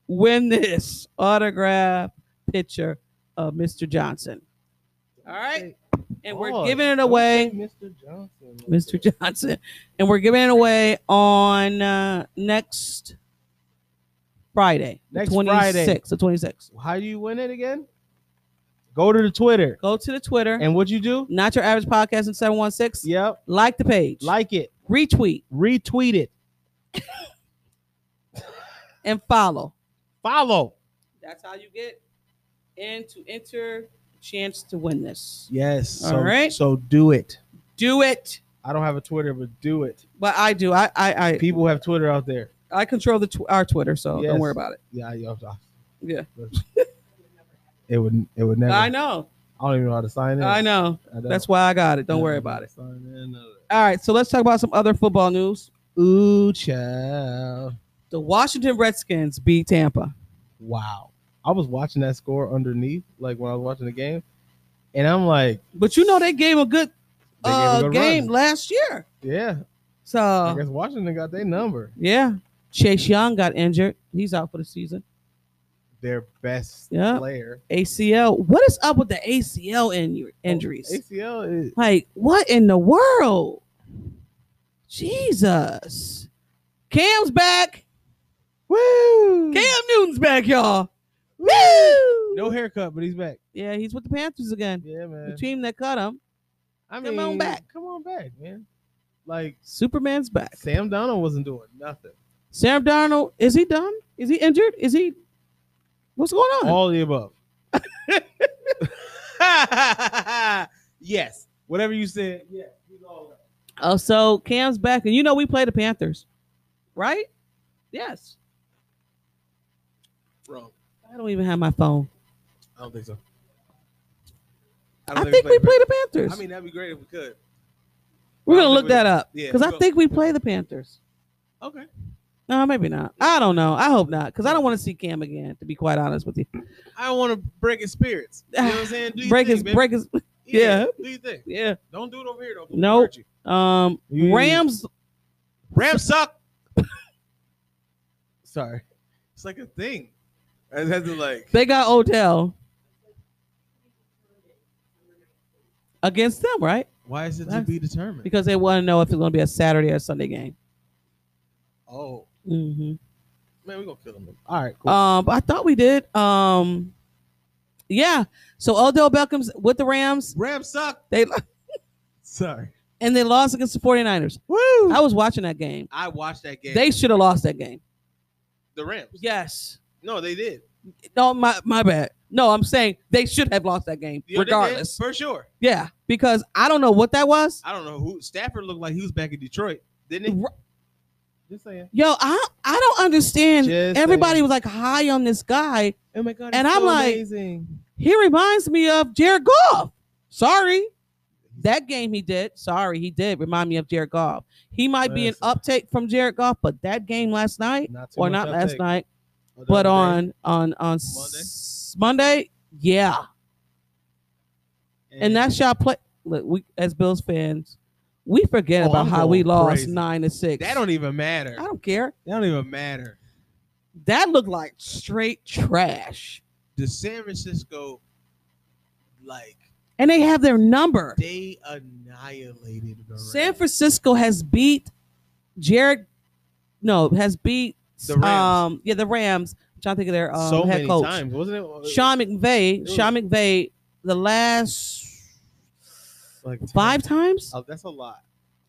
D: win this autograph picture of Mr. Johnson. All right, and we're
C: Pause.
D: giving it
C: Don't
D: away.
C: say Mr. Johnson. like
D: Mr.
C: that.
D: Johnson. And we're giving it away on uh, next Friday. the
C: Next
D: 26th,
C: Friday.
D: The 26th.
C: How do you win it again? Go to the Twitter.
D: Go to the Twitter,
C: And what you do?
D: Not Your Average Podcast in 716.
C: Yep.
D: Like the page,
C: Like it.
D: retweet,
C: Retweet it.
D: and follow.
C: Follow.
D: That's how you get in to enter chance to win this.
C: Yes.
D: All
C: so,
D: right.
C: So do it.
D: Do it.
C: I don't have a Twitter, but do it.
D: But I do. I I I,
C: People have Twitter out there.
D: I control the tw- our Twitter, so
C: Yes.
D: don't worry about it.
C: Yeah, I, I,
D: Yeah.
C: It would. It would never.
D: I
C: I,
D: know.
C: don't even know how to sign in.
D: I know.
C: I
D: That's why I got it. Don't worry
C: Yeah,
D: about it.
C: sign in, uh,
D: All right. So let's talk about some other football news.
C: Ooh, child.
D: The Washington Redskins beat Tampa.
C: Wow. I was watching that score underneath, like when I was watching the game, and I'm like,
D: But you know they gave a good
C: they gave
D: uh,
C: a good
D: game
C: run.
D: last year.
C: Yeah. I
D: So
C: guess Washington got their number.
D: yeah, Chase Young got injured. He's out for the season.
C: Their best
D: Yeah.
C: player.
D: ACL. What is up with the ACL in-
C: Oh,
D: injuries?
C: ACL is
D: Like, what in the world? Jesus. Cam's back.
C: woo.
D: Cam Newton's back, y'all. Woo!
C: No haircut, but he's back.
D: Yeah, he's with the Panthers again.
C: Yeah, man.
D: The team that cut him.
C: I
D: Come on
C: mean,
D: back.
C: Come on back, man. Like
D: Superman's back.
C: Sam Donald wasn't doing nothing.
D: Sam Darnold, is he done? Is he injured? Is he what's going on?
C: All the above. yes. Whatever you said. Yeah. he's all that.
D: Uh, so Cam's back, and you know we play the Panthers, right? Yes.
C: Wrong.
D: I don't even have my phone.
C: I don't think so.
D: I, think we play the Panthers.
C: I mean, that'd be great if we could.
D: We're
C: I
D: gonna
C: don't
D: look
C: think we-
D: that up
C: yeah,
D: because
C: we
D: I
C: will.
D: think we play the Panthers.
C: Okay.
D: No, maybe not. I don't know. I hope not because I don't want to see Cam again. To be quite honest with you,
C: I don't want to break his spirits. You know what I'm saying? Do your
D: break
C: thing,
D: his
C: baby.
D: break his yeah.
C: Do you think?
D: yeah.
C: Don't do it over here though.
D: Nope.
C: Hurt you.
D: Um,
C: You-
D: Rams.
C: Rams suck. Sorry. It's like a thing. I had to like
D: They got Odell against them, right?
C: why is it to
D: Rams-
C: be determined?
D: Because they want to know if it's gonna be a Saturday or Sunday game.
C: oh
D: Mm-hmm.
C: man, we're gonna kill him. All right, cool.
D: Um, but I thought we did. Um, yeah. So Odell Beckham's with the Rams.
C: Rams suck.
D: They
C: Sorry.
D: and they lost against the 49ers.
C: Woo!
D: I was watching that game.
C: I watched that game.
D: They should have lost that game.
C: the Rams.
D: Yes.
C: No, they did.
D: No, my my bad. No, I'm saying they should have lost that game
C: Yeah, they did,
D: regardless.
C: for sure.
D: Yeah, because I don't know what that was.
C: I don't know who Stafford looked like. He was back in Detroit, didn't he?
D: R-
C: Just saying.
D: Yo, I I don't understand.
C: Just
D: Everybody
C: saying.
D: was like high on this guy.
C: Oh my god!
D: And I'm like-
C: amazing.
D: He reminds me of Jared Goff. Sorry. That game he did. Sorry, he did remind me of Jared Goff. He might be an
C: Listen.
D: uptake from Jared Goff, but that game last night,
C: Not too
D: or
C: much
D: not
C: I'll
D: last
C: take.
D: night,
C: Oh, the other
D: but
C: day.
D: on on on s- Monday, yeah. And that's y'all play. Look, we as Bills fans, we forget
C: Oh,
D: about
C: I'm
D: how we
C: going
D: lost
C: crazy.
D: nine to six.
C: that don't even matter.
D: I don't care.
C: That don't even matter.
D: That looked like straight trash,
C: The San Francisco, like
D: and they have their number.
C: they annihilated the
D: San
C: Rams.
D: Francisco has beat Jared. No, has beat
C: The Rams.
D: Um, yeah, the Rams. I'm trying to think of their um,
C: so
D: head
C: many
D: coach,
C: times, wasn't it?
D: Sean McVay.
C: was-
D: Sean McVay. The last
C: like ten.
D: five times,
C: Oh, that's a lot.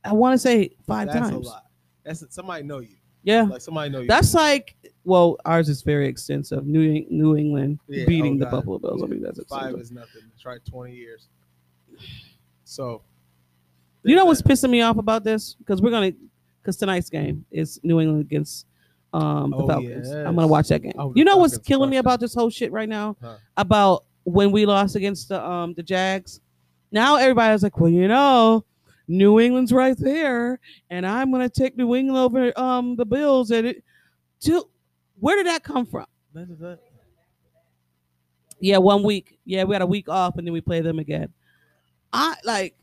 D: I want to say five
C: That's
D: times.
C: a lot. That's somebody know you.
D: Yeah,
C: Like somebody know you.
D: that's like well, ours is very extensive. New Eng- New England
C: Yeah,
D: beating
C: oh,
D: the
C: God.
D: Buffalo Bills. I mean that's
C: five
D: extensive.
C: is nothing. Try twenty years. So
D: You know what's pissing me off about this? Because we're gonna, because tonight's game is New England against um, the
C: Oh,
D: Falcons. I'm gonna
C: yes.
D: watch that game.
C: Oh, the
D: you know what's
C: Falcons,
D: killing me
C: Falcons.
D: about this whole shit right now?
C: Huh.
D: About when we lost against the um the Jags. Now everybody's like, well, you know, New England's right there, and I'm gonna take New England over um the Bills. And it, to where did that come from? Yeah, one week. Yeah, we had a week off and then we play them again. I like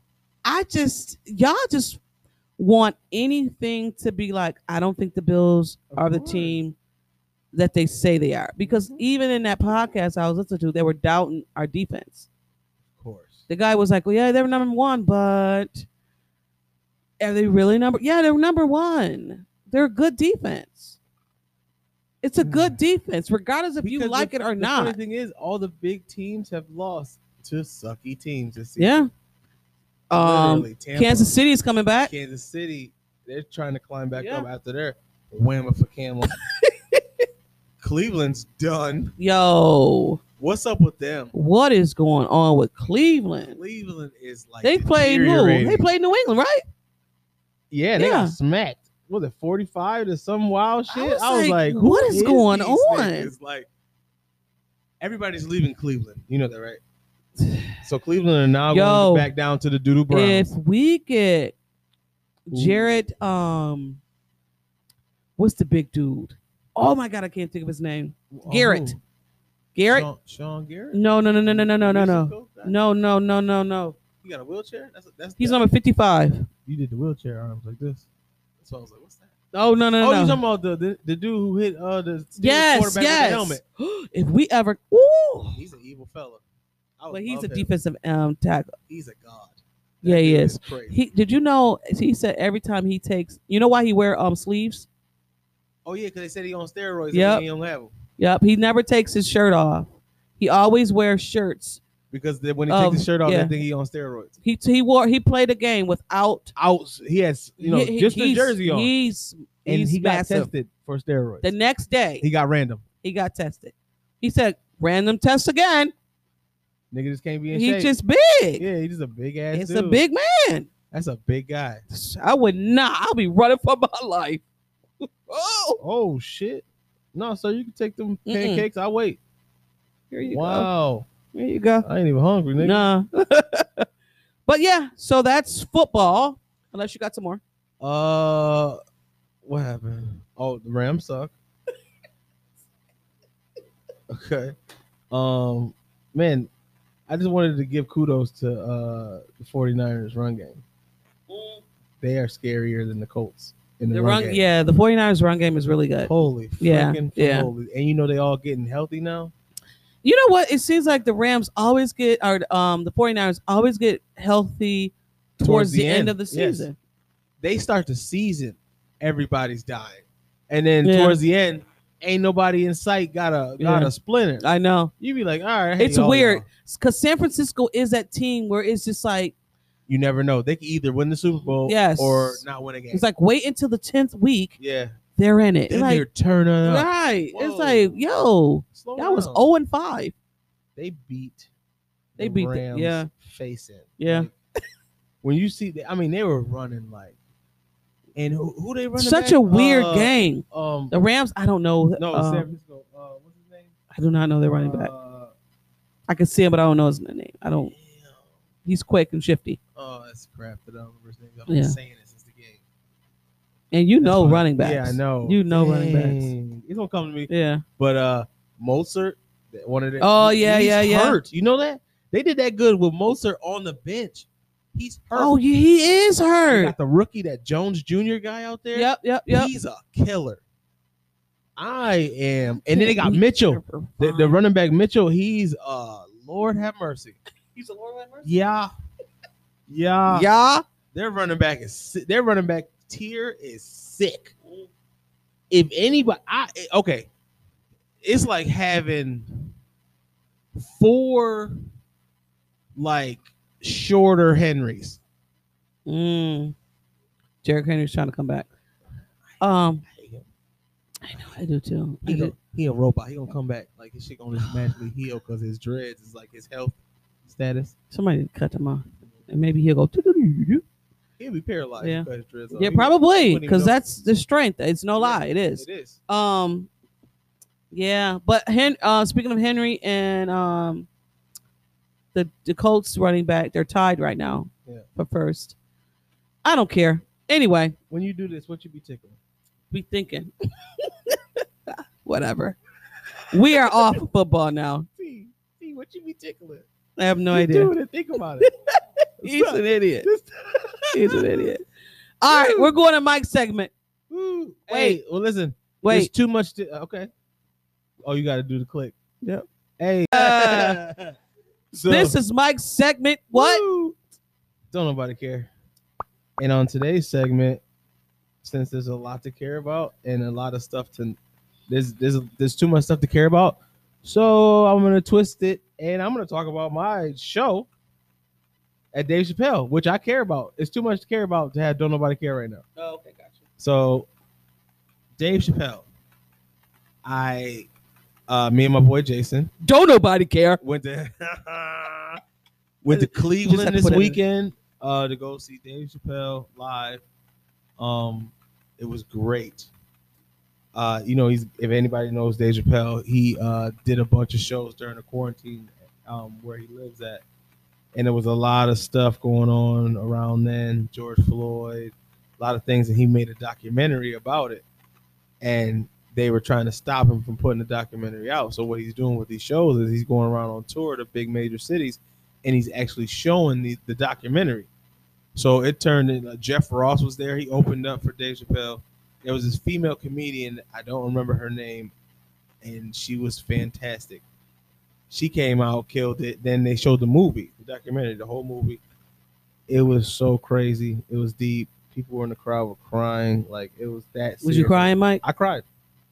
D: I just y'all just want anything to be like, I don't think the Bills
C: Of
D: are the
C: course. Mm-hmm.
D: team that they say they are. Because even in that podcast I was listening to, they were doubting our defense.
C: Of course.
D: The guy was like, Well, yeah, they were number one, but are they really number yeah, they're number one. They're a good defense. It's a good defense, regardless if you
C: Because
D: like
C: the-
D: it or
C: the
D: not.
C: funny thing is, all the big teams have lost to sucky teams this season.
D: Yeah. Um,
C: Literally, Tampa,
D: Kansas City is coming back.
C: Kansas City, they're trying to climb back
D: Yeah.
C: up after their whammer for camel. Cleveland's done.
D: Yo,
C: What's up with them?
D: what is going on with Cleveland?
C: Cleveland is like
D: They played who?
C: deteriorating.
D: They played New England, right?
C: Yeah, they
D: Yeah.
C: got smacked. What Was it 45 to some wild
D: I
C: shit?
D: was like, what is going on?
C: It's like everybody's leaving Cleveland. You know that, right? So Cleveland are now
D: Yo.
C: going back down to the Doodoo Browns.
D: If we get
C: Ooh.
D: Jared, um, what's the big dude? Oh my god, I can't think of his name.
C: Oh,
D: Garrett.
C: who?
D: Garrett?
C: Sean, Sean Garrett.
D: No, no, no, no, no, no, no, no, no,
C: Mexico guy?
D: no, no, no, no, no.
C: He got a wheelchair. That's that's.
D: He's number fifty-five.
C: You did the wheelchair arms like this. That's why I was like, what's that?
D: Oh no, no,
C: Oh, you
D: no.
C: talking about the, the the dude who hit uh the Steelers
D: yes,
C: quarterback with the
D: yes.
C: helmet? Oh,
D: if we ever, ooh,
C: He's an evil fella. I would
D: but he's
C: love
D: a
C: him.
D: defensive um tackle.
C: He's a god.
D: Yeah,
C: That
D: he
C: dude
D: is.
C: crazy.
D: He did you know? He said every time he takes, you know why he wear um sleeves?
C: Oh yeah, because they said he on steroids.
D: Yep.
C: and he don't have them
D: Yep, he never takes his shirt off. He always wears shirts.
C: because they, when he
D: Oh,
C: takes his shirt off,
D: yeah.
C: they think he on steroids.
D: He he wore he played a game without
C: Out, he has you know
D: he- he-
C: just his
D: he's-
C: jersey on,
D: He's
C: and
D: he's
C: he got
D: massive.
C: tested for steroids.
D: The next day
C: he got random.
D: he got tested. He said random test again.
C: Nigga just can't be in
D: He's
C: shape.
D: just big.
C: yeah, he's just a big ass.
D: it's a
C: dude.
D: big man.
C: That's a big guy.
D: I would not. I'll be running for my life. oh,
C: Oh shit. No, sir, you can take them
D: Mm-mm.
C: pancakes. I wait.
D: here you uh, go.
C: Wow,
D: Here you go.
C: I ain't even hungry, nigga.
D: Nah. but yeah, so that's football. Unless you got some more.
C: Uh, what happened? Oh, the Rams suck. okay. Um, man, I just wanted to give kudos to uh the 49ers run game. They are scarier than the Colts in the,
D: The
C: run,
D: run,
C: game.
D: yeah, the 49ers run game is really good.
C: Holy
D: Yeah,
C: freaking
D: yeah.
C: holy. And you know they all getting healthy now.
D: You know what? It seems like the Rams always get or um the 49ers always get healthy towards, the, end. of the
C: Yes.
D: season.
C: They start the season, everybody's dying. And then
D: Yeah.
C: towards the end, ain't nobody in sight got a got
D: Yeah.
C: a splinter.
D: I know.
C: You be like, all right, I hate
D: It's
C: all
D: weird
C: y'all.
D: cuz San Francisco is that team where it's just like
C: You never know. They can either win the Super Bowl
D: Yes.
C: or not win a game.
D: it's like wait until the 10th week,
C: yeah.
D: they're in it.
C: Then
D: like
C: they're turning up.
D: right.
C: Whoa. Oh,
D: It's like, yo,
C: Slow
D: that was
C: down.
D: 0 and 5.
C: They beat.
D: They
C: the
D: beat the-
C: Rams
D: yeah.
C: Face it.
D: Yeah.
C: Like, when you see, the, I mean, they were running like, and who, who they running?
D: Such
C: back?
D: a weird
C: Uh,
D: game.
C: Um,
D: The Rams, I don't know.
C: no,
D: uh,
C: San Francisco. Uh, what's his name?
D: I do not know their running back.
C: Uh,
D: Oh. I can see him, but I don't know his name. I don't.
C: damn.
D: He's quick and shifty,
C: Oh, that's crap. That I don't remember his name. I've
D: Yeah.
C: been saying it since the game.
D: and you
C: That's
D: know
C: why-
D: running backs.
C: Yeah, I know.
D: You know running backs.
C: Dang. It's gonna come to me.
D: Yeah,
C: But uh Mozart, that- one of the
D: Oh, yeah,
C: he's
D: yeah, yeah.
C: hurt. You know that they did that good with Mozart on the bench. He's hurt.
D: Oh, yeah, he is
C: They
D: hurt.
C: got the rookie, that Jones Jr. guy out there.
D: Yep, yep, yep.
C: he's a killer. I am, and then they got Mitchell, the, the running back Mitchell. He's uh Lord have mercy.
D: He's a Lord of mercy.
C: Yeah, yeah,
D: yeah.
C: Their running back is si- their running back tier is sick. If anybody, I eh, okay, it's like having four like shorter Henrys.
D: Mm. Jared Henry's trying to come back. Um,
C: I hate him.
D: I know I do too. I
C: He,
D: do.
C: go- he a robot. He gonna come back like his shit gonna just magically heal because his dreads is like his health status.
D: Somebody cut him off, and maybe he'll go. "Doo-doo-doo-doo-doo."
C: He'll be paralyzed.
D: Yeah.
C: because his dreads are-
D: Yeah,
C: he-
D: probably
C: wouldn't even
D: because
C: know.
D: that's the strength. It's no
C: Yeah,
D: lie. It is.
C: It is.
D: Um, yeah, but Hen- uh, speaking of Henry and um, the the Colts running back, they're tied right now
C: Yeah.
D: for first. I don't care. Anyway,
C: When you do this, what you be tickling?
D: be thinking. Whatever. We are off of football now.
C: See, see what you be tickling.
D: I have no
C: Just
D: idea.
C: Do it and think about it.
D: He's an idiot.
C: Just-
D: He's an idiot. All right, we're going to Mike's segment.
C: Wait.
D: Hey,
C: well, listen. There's
D: Wait,
C: too much. To, uh, okay. Oh, you got to do the click.
D: Yep.
C: Hey.
D: Uh,
C: so,
D: this is Mike's segment. What?
C: Woo. Don't nobody care. And on today's segment, since there's a lot to care about and a lot of stuff to, there's there's there's too much stuff to care about. So I'm gonna twist it and I'm gonna talk about my show at Dave Chappelle, which I care about. It's too much to care about to have. Don't nobody care right now.
D: Oh, okay, gotcha.
C: So, Dave Chappelle, I, uh, me and my boy Jason
D: Don't nobody care.
C: went to went to
D: Just had
C: Cleveland
D: to
C: this
D: put it in.
C: weekend uh, to go see Dave Chappelle live. Um, it was great. Uh, you know, he's if anybody knows Dave Chappelle, he uh, did a bunch of shows during the quarantine um, where he lives at, and there was a lot of stuff going on around then. George Floyd, a lot of things, and he made a documentary about it, and they were trying to stop him from putting the documentary out. So what he's doing with these shows is he's going around on tour to big major cities, and he's actually showing the, the documentary. So it turned in. Like Jeff Ross was there. He opened up for Dave Chappelle. There was this female comedian. I don't remember her name, and she was fantastic. She came out, killed it. Then they showed the movie, the documentary, the whole movie. It was so crazy. It was deep. People in the crowd were crying. Like it was that.
D: Was you
C: serious.
D: crying, Mike?
C: I cried.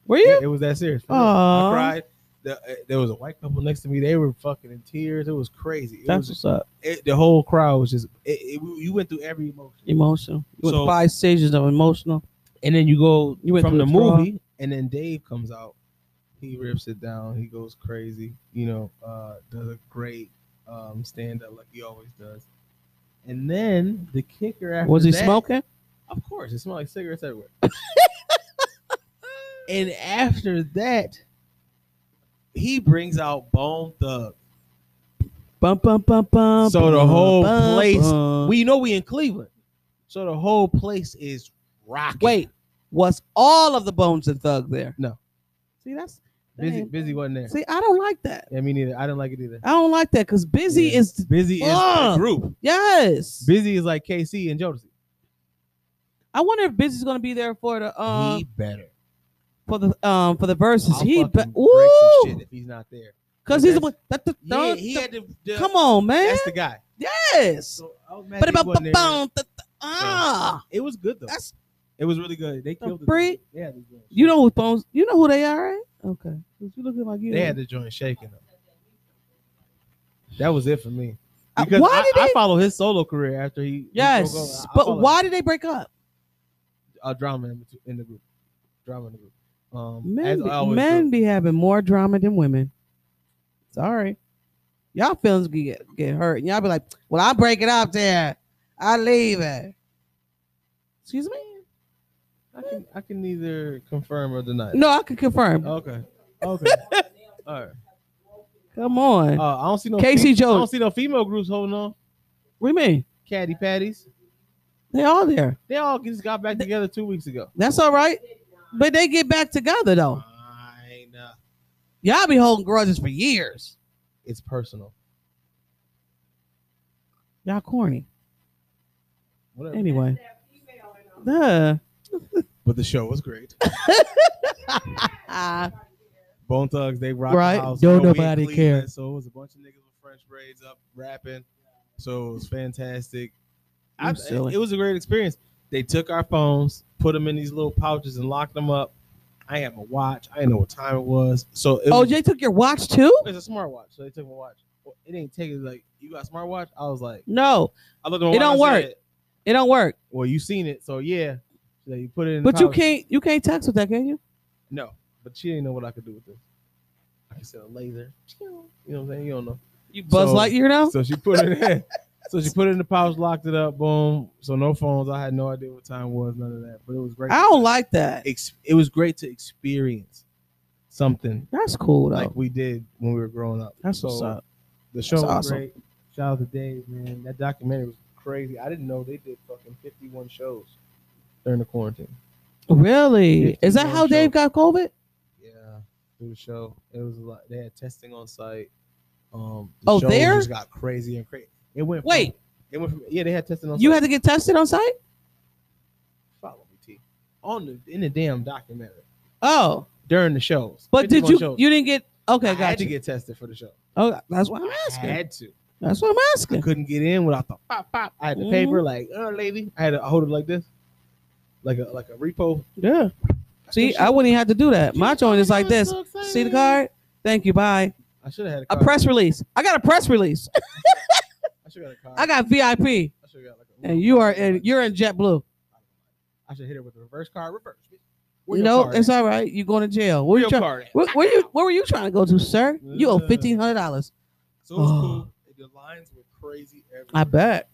D: Were
C: Yeah,
D: you?
C: it was that serious. for real.
D: Aw.
C: I cried. The- uh, there was a white couple next to me. They were fucking in tears. It was crazy. It
D: That's
C: was
D: what's up.
C: it, the whole crowd was just. It, it, you went through every emotion,
D: Emotional. You went
C: So-
D: five stages of emotional.
C: and then you go
D: You went
C: from
D: through
C: the
D: a draw.
C: movie, and then Dave comes out. He rips it down. He goes crazy. You know, uh, does a great um, stand up like he always does. And then the kicker after
D: Was he
C: that-
D: smoking?
C: Of course, it smelled like cigarettes everywhere. and after that, he brings out Bone Thug.
D: Bum bum bum bum.
C: So the
D: bum,
C: whole
D: bum,
C: place-
D: bum.
C: We know we in Cleveland, so the whole place is rocking.
D: Wait, was all of the Bones and Thug there?
C: No.
D: See, that's
C: busy,
D: dang.
C: busy wasn't there.
D: See, I don't like that.
C: Yeah, me neither. I didn't like it either.
D: I don't like that because busy
C: Yeah.
D: is
C: Busy is the
D: Fuck.
C: group.
D: yes.
C: Busy is like KC and Jodeci.
D: I wonder if busy's gonna be there for the um
C: he better.
D: for the um for the verses.
C: I'll
D: he
C: fucking
D: be-
C: break some
D: ooh,
C: shit if he's not there.
D: because he's the
C: That's-
D: one. That the,
C: Yeah, he had to. the-
D: come on, man.
C: that's the guy.
D: yes.
C: So I was mad that
D: But
C: he
D: about
C: wasn't
D: the
C: there.
D: bone, the- the- ah,
C: It was good though.
D: that's
C: It was really good. They killed
D: freak?
C: it. They had the joint.
D: you know who bones. You know who they are, right? Okay, 'Cause you looking like you.
C: They had the joint shaking them. That was it for me.
D: Uh,
C: Because
D: why
C: I,
D: did
C: I
D: they-
C: follow his solo career after he. he broke up.
D: yes,
C: I- I
D: but
C: follow
D: why did they break up?
C: uh, drama in, between- in the group? Drama in the group. Um, as
D: Men,
C: I
D: be,
C: always
D: men
C: do.
D: be having more drama than women. Sorry, y'all feelings get get hurt, and y'all be like, "Well, I break it up there, I leave it." Excuse me?
C: I can, I can neither confirm or deny.
D: No, I can confirm.
C: Okay. Okay. All right.
D: Come on,
C: Uh, I don't see no.
D: Casey
C: I
D: Jones.
C: don't see no female groups holding on.
D: What do you mean?
C: Caddy Patties.
D: They all there.
C: They all just got back together two weeks ago.
D: That's all right. But they get back together though.
C: Fine.
D: Y'all be holding grudges for years.
C: It's personal.
D: Y'all corny.
C: Whatever.
D: Anyway. Duh.
C: But the show was great.
D: Ah,
C: Bone Thugs, they rock
D: Right.
C: the house. You
D: Don't
C: know, we in
D: nobody
C: Cleveland,
D: care.
C: So it was a bunch of niggas with French braids up rapping. So it was fantastic.
D: You
C: I-
D: silly.
C: It was a great experience. They took our phones, put them in these little pouches, and locked them up. I had my watch. I didn't know what time it was. So it
D: oh,
C: was,
D: Jay took your watch too?
C: it's a smartwatch. So they took my watch. Well, it ain't taking like you got a smartwatch. I was like,
D: No,
C: I looked at my
D: It
C: watch,
D: don't
C: I
D: work.
C: said,
D: it don't work.
C: well, you seen it, so yeah. So you put it in. the
D: But you
C: pouch.
D: can't you can't text with that, can you?
C: No, but she didn't know what I could do with this. I could set a laser. You know what I'm saying? You don't know.
D: You Buzz
C: So-
D: Lightyear now?
C: So she put it in. So she put it in the pouch, locked it up, boom. So no phones. I had no idea what time it was, none of that. But it was great.
D: I don't like that.
C: Ex- it was great to experience something
D: That's cool though.
C: like we did when we were growing up.
D: That's
C: so
D: what's up.
C: The show
D: That's
C: was
D: awesome.
C: great. Shout out to Dave, man. That documentary was crazy. I didn't know they did fucking 51 shows during the quarantine.
D: Really? Is that
C: 51
D: how Dave got COVID?
C: Yeah, through the show. It was a lot. They had testing on site. Um,
D: Oh,
C: show
D: there?
C: just got crazy and crazy. It went. from-
D: Wait.
C: it went from, yeah, they had testing on.
D: You
C: site.
D: had to get tested on site?
C: follow me, T. On the in the damn documentary
D: Oh.
C: during the shows.
D: But did
C: 51
D: you
C: shows.
D: you didn't get okay,
C: I had
D: got
C: to
D: you.
C: get tested for the show.
D: Oh, that's what I'm
C: I
D: asking.
C: had to.
D: That's what I'm
C: I
D: asking.
C: couldn't get in without the pop pop. I had the
D: Mhm.
C: paper like, oh lady. I had to hold it like this, like a like a repo.
D: Yeah. See, I wouldn't even have to do that. My joint is like this. See the card? Thank you. Bye.
C: I should have had a,
D: A
C: card.
D: press release. I got a press release.
C: I should have got a card.
D: I got VIP,
C: I should have got like a
D: and you are in. You're in JetBlue.
C: I should hit it with a reverse card. Reverse. bitch. Where your
D: No,
C: card
D: it's
C: at?
D: all right. You going to jail? Where
C: Where
D: you
C: your
D: trying?
C: card at?
D: Where, where you? Where were you trying to go to, sir? You owe
C: Yeah.
D: fifteen hundred dollars.
C: So it was
D: Oh.
C: cool. The lines were crazy. Everywhere.
D: I bet.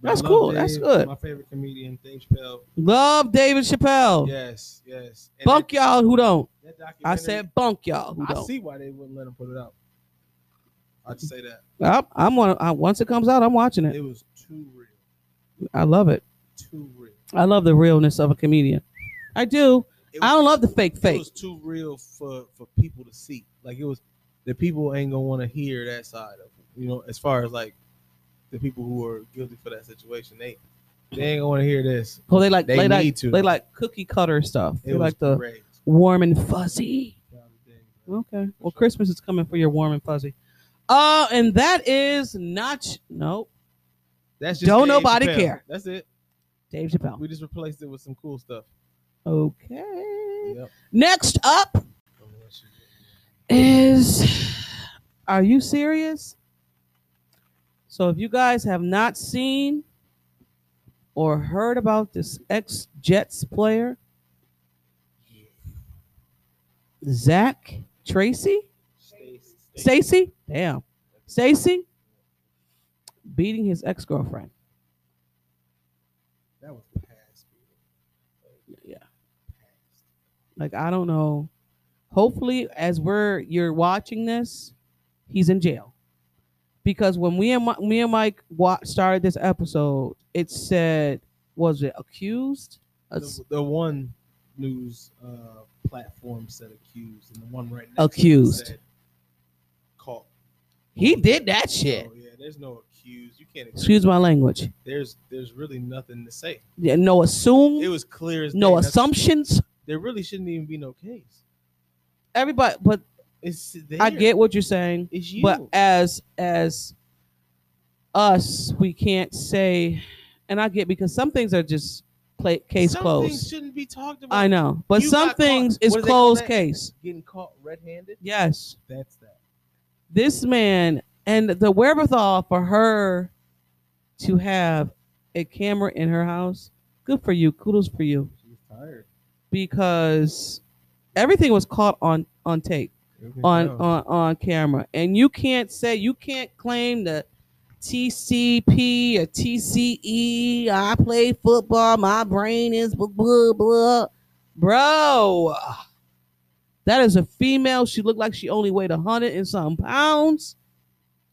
D: That's
C: Love
D: cool. That's
C: Dave,
D: good.
C: My favorite comedian, Dave Chappelle.
D: Love David Chappelle.
C: Yes, yes. And
D: Bunk y'all who don't.
C: that- that
D: I
C: documentary-
D: said bunk y'all who
C: I
D: don't.
C: see why they wouldn't let him put it out. I'd say that
D: I'm, I'm on. I, once it comes out, I'm watching it.
C: it was too real,
D: I love it.
C: too real.
D: I love the realness of a comedian. I do.
C: It
D: I
C: was-
D: don't love the fake
C: It
D: fake.
C: was too real for for people to see. Like it was, the people ain't gonna want to hear that side of it. You know, as far as like the people who are guilty for that situation, they they ain't gonna want to hear this.
D: Well, Oh, they like
C: They
D: they, like
C: need to.
D: they like cookie cutter stuff.
C: It
D: they
C: was
D: like the
C: great.
D: warm and fuzzy. Okay.
C: sure.
D: Well, Christmas is coming for your warm and fuzzy. Uh, and that is not nope.
C: That's
D: Don't
C: Dave
D: nobody care.
C: That's it.
D: Dave Chappelle.
C: We just replaced it with some cool stuff.
D: Okay.
C: Yep.
D: Next up is Are you serious? So if you guys have not seen or heard about this ex Jets player, Zach Tracy, Stacy, damn, Stacy beating his ex girlfriend.
C: That was past.
D: yeah like i don't know hopefully as we're you're watching this he's in jail because when we and Mi- me and mike wa- started this episode it said was it accused Ac-
C: The, the one news uh, platform said accused, and the one right next to it
D: Accused.
C: said caught.
D: he did that shit
C: So, yeah, there's no accused. You can't. Excuse-
D: excuse my language
C: there's there's really nothing to say.
D: yeah, no
C: It
D: assume
C: was clear as
D: no
C: day. That's-
D: assumptions
C: There really shouldn't even be no case.
D: everybody but
C: It's there.
D: i get what you're saying
C: It's you.
D: but as as us we can't say and i get because some things are just play, case
C: some
D: closed
C: things shouldn't be talked about.
D: I know, but
C: You
D: some
C: got
D: things
C: caught.
D: is
C: What do they call
D: closed
C: that?
D: case.
C: Getting caught red-handed.
D: Yes,
C: That's that.
D: this man and the wherewithal for her to have a camera in her house. Good for you. Kudos for you
C: She's tired.
D: because everything was caught on on tape, on on on camera, and you can't say you can't claim the TCP or TCE. I play football. My brain is blah blah blah. Bro, that is a female. She looked like she only weighed a hundred and some pounds,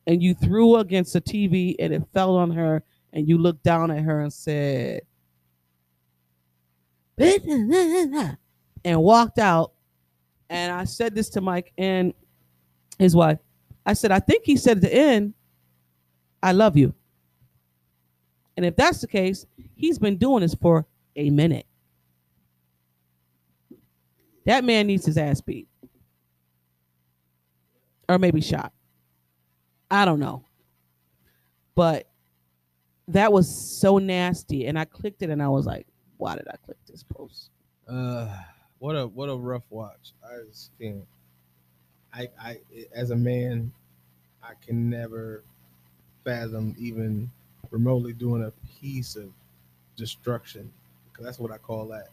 D: and you threw her against the TV, and it fell on her, and you looked down at her and said, and walked out. And I said this to Mike and his wife. I said, I think he said at the end, I love you. And if that's the case, he's been doing this for a minute. That man needs his ass beat. Or maybe shot. I don't know. But that was so nasty. And I clicked it and I was like, why did I click this post?
C: Uh, what a what a rough watch. I just can't. I I as a man, I can never fathom even remotely doing a piece of destruction because that's what I call that.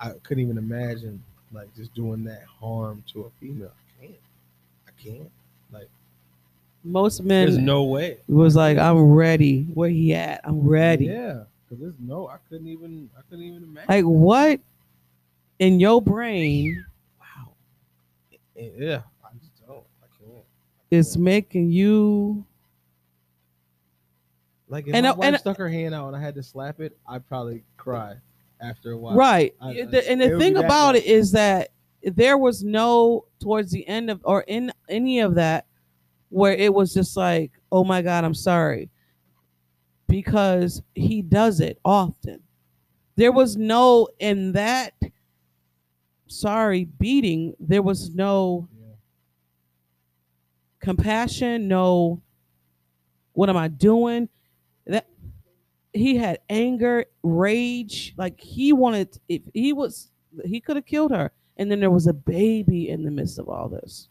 C: I couldn't even imagine like just doing that harm to a female. I can't. I can't.
D: Most
C: There's
D: men
C: no way.
D: was like, I'm ready. Where he at? I'm ready.
C: Yeah. Cause there's no. I couldn't even. I couldn't even imagine.
D: Like what in your brain
C: wow. Yeah. I just don't. I can't.
D: is making you
C: Like if
D: And
C: my
D: I-
C: wife
D: and I-
C: stuck her hand out and I had to slap it, I'd probably cry after a while.
D: right?
C: I-
D: It-
C: I-
D: the- and
C: it
D: the
C: would be
D: thing
C: that
D: about
C: bad.
D: it is that there was no towards the end of or in any of that where it was just like, oh my god, I'm sorry, because he does it often. There was no in that sorry beating. There was no
C: Yeah.
D: compassion, no what am I doing? That he had anger, rage, like he wanted if he was he could have killed her. And then there was a baby in the midst of all this.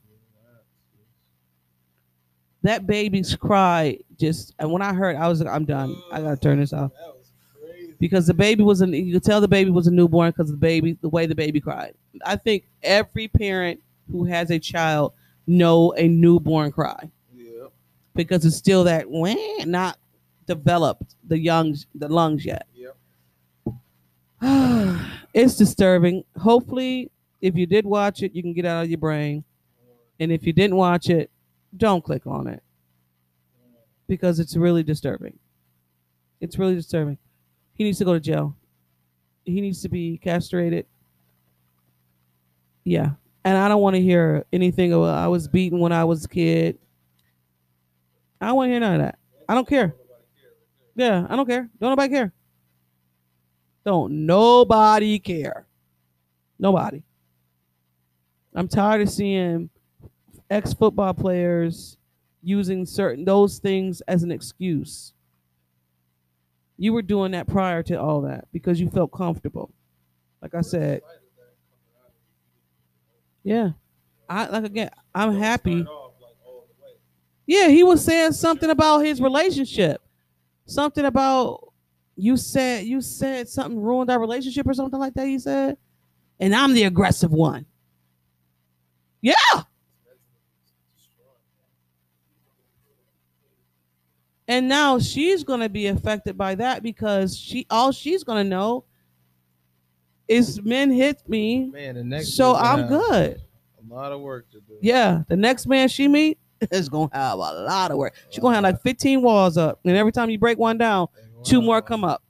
D: That baby's cry just and when I heard I was like, I'm done. I gotta turn this off.
C: That was crazy.
D: Because the baby was an you could tell the baby was a newborn because the baby the way the baby cried. I think every parent who has a child know a newborn cry.
C: Yeah.
D: because it's still that "Wah," not developed the lungs, the lungs yet.
C: Yep.
D: it's disturbing. Hopefully, if you did watch it, you can get it out of your brain. And if you didn't watch it, don't click on it because it's really disturbing. It's really disturbing. He needs to go to jail. He needs to be castrated. Yeah. And I don't want to hear anything about I was beaten when I was a kid. I don't want to hear none of that. I don't care. Yeah, I don't care. Don't nobody care. Don't nobody care. Nobody. I'm tired of seeing ex football players using certain those things as an excuse. You were doing that prior to all that because you felt comfortable. Like I said. Yeah. I like again, I'm happy. Yeah, he was saying something about his relationship. Something about you said you said something ruined our relationship or something like that. He said, and I'm the aggressive one. Yeah. And now she's gonna be affected by that because she all she's gonna know is men hit me,
C: Man, the next uh,
D: so
C: one's gonna
D: I'm
C: have
D: good.
C: A lot of work to do.
D: Yeah, the next man she meet is gonna have a lot of work. She's gonna have like 15 walls up, and every time you break one down, two more come up.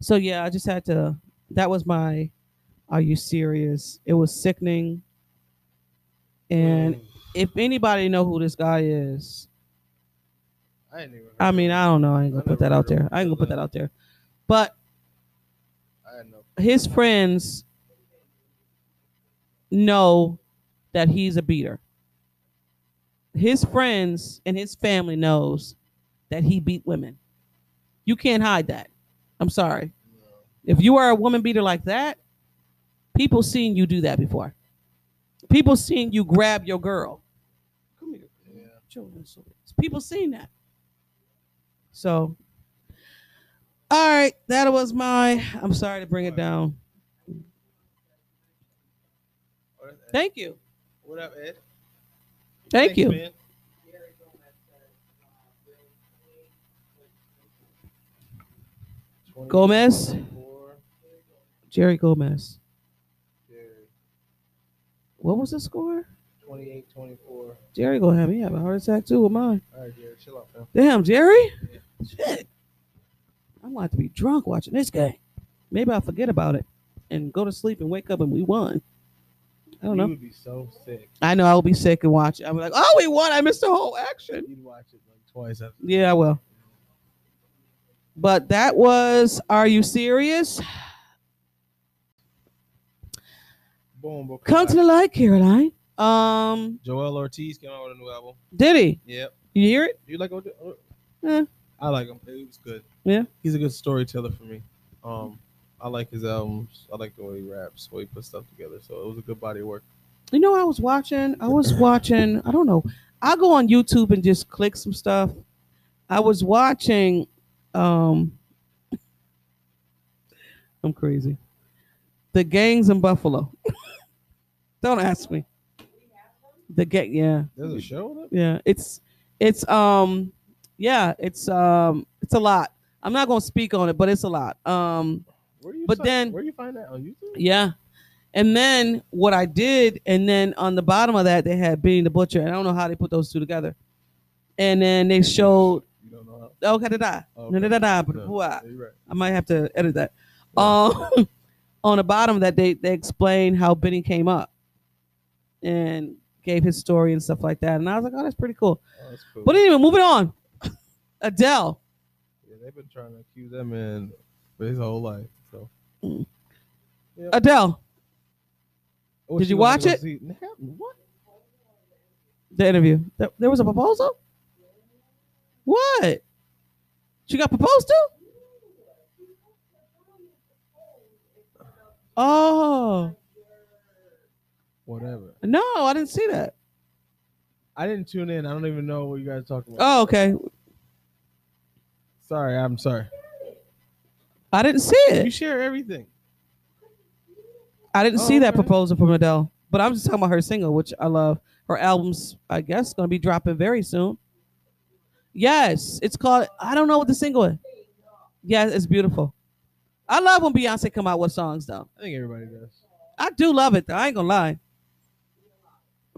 D: So yeah, I just had to. That was my. Are you serious? It was sickening. And if anybody know who this guy is,
C: I, ain't even heard
D: I
C: of
D: mean,
C: it.
D: I don't know. I ain't gonna
C: I
D: put that
C: never
D: out
C: heard of
D: there. I ain't gonna put that out there. But
C: I had no
D: his friends know that he's a beater. His friends and his family knows that he beat women. You can't hide that. I'm sorry. If you are a woman beater like that, people seen you do that before. People seen you grab your girl. Come here.
C: Yeah.
D: Children. so- People seen that. So, all right, that was my. I'm sorry to bring it down.
C: Oh, that's Ed.
D: Thank you.
C: What up, Ed?
D: Thank
C: Thanks,
D: you.
C: man.
D: Gomez,
C: 24,
D: Jerry Gomez.
C: Jerry,
D: What was the score?
C: 28, 24.
D: Jerry gonna have me have a heart attack too with mine.
C: All right, Jerry, chill out, fam.
D: Damn, Jerry. Shit. I'm gonna have to be drunk watching this game. Maybe I'll forget about it and go to sleep and wake up and we won. I don't
C: You
D: know.
C: would be so sick.
D: I know I'll be sick and watch it. I'm like, oh, we won. I missed the whole action.
C: You'd watch it like twice after.
D: Yeah, I will. But that was Are You Serious?
C: Boom, boom.
D: Come to the light, Caroline. Um,
C: Joel Ortiz came out with a new album.
D: did he?
C: Yep.
D: You hear it?
C: You like Ode- Ode-
D: Yeah.
C: I like him. He was good.
D: Yeah.
C: He's a good storyteller for me. Um, I like his albums. I like the way he raps, the way he puts stuff together. So it was a good body of work.
D: You know, I was watching. I was watching. I don't know. I go on YouTube and just click some stuff. I was watching. Um, I'm crazy. The gangs in Buffalo. don't ask me. The gang. Yeah,
C: There's a show with him?
D: yeah. It's it's um yeah. It's um it's a lot. I'm not gonna speak on it, but it's a lot. Um,
C: Where do you?
D: But
C: find-
D: then-
C: where do you find that on YouTube?
D: yeah. And then what I did, and then on the bottom of that, they had Benny the Butcher. And I don't know how they put those two together. And then they showed,
C: You don't know how.
D: okay, da da.
C: Oh,
D: da da da da,
C: No,
D: da.
C: you're right.
D: I might have to edit that. Um, on the bottom of that, they, they explain how Benny came up and gave his story and stuff like that. And I was like, oh, that's pretty cool.
C: Oh, that's cool.
D: But anyway, moving on. Adele.
C: yeah, they've been trying to accuse that man for his whole life. So.
D: Mm.
C: Yeah.
D: Adele,
C: Oh,
D: Did
C: she
D: you
C: gonna
D: watch
C: go
D: it?
C: see- Nah, What?
D: the interview. There, there was a proposal? What? She got proposed to? Oh,
C: Whatever.
D: no, I didn't see that.
C: I didn't tune in. I don't even know what you guys are talking about.
D: Oh, okay.
C: Sorry, I'm sorry.
D: I didn't see
C: You
D: it.
C: share everything.
D: I didn't see
C: Oh,
D: that
C: okay.
D: proposal from Adele. But I'm just talking about her single, which I love. Her album's, I guess, going to be dropping very soon. Yes, it's called. I don't know what the single is. Yes, it's beautiful. I love when Beyonce come out with songs though.
C: I think everybody does.
D: I do love it though. I ain't gonna lie.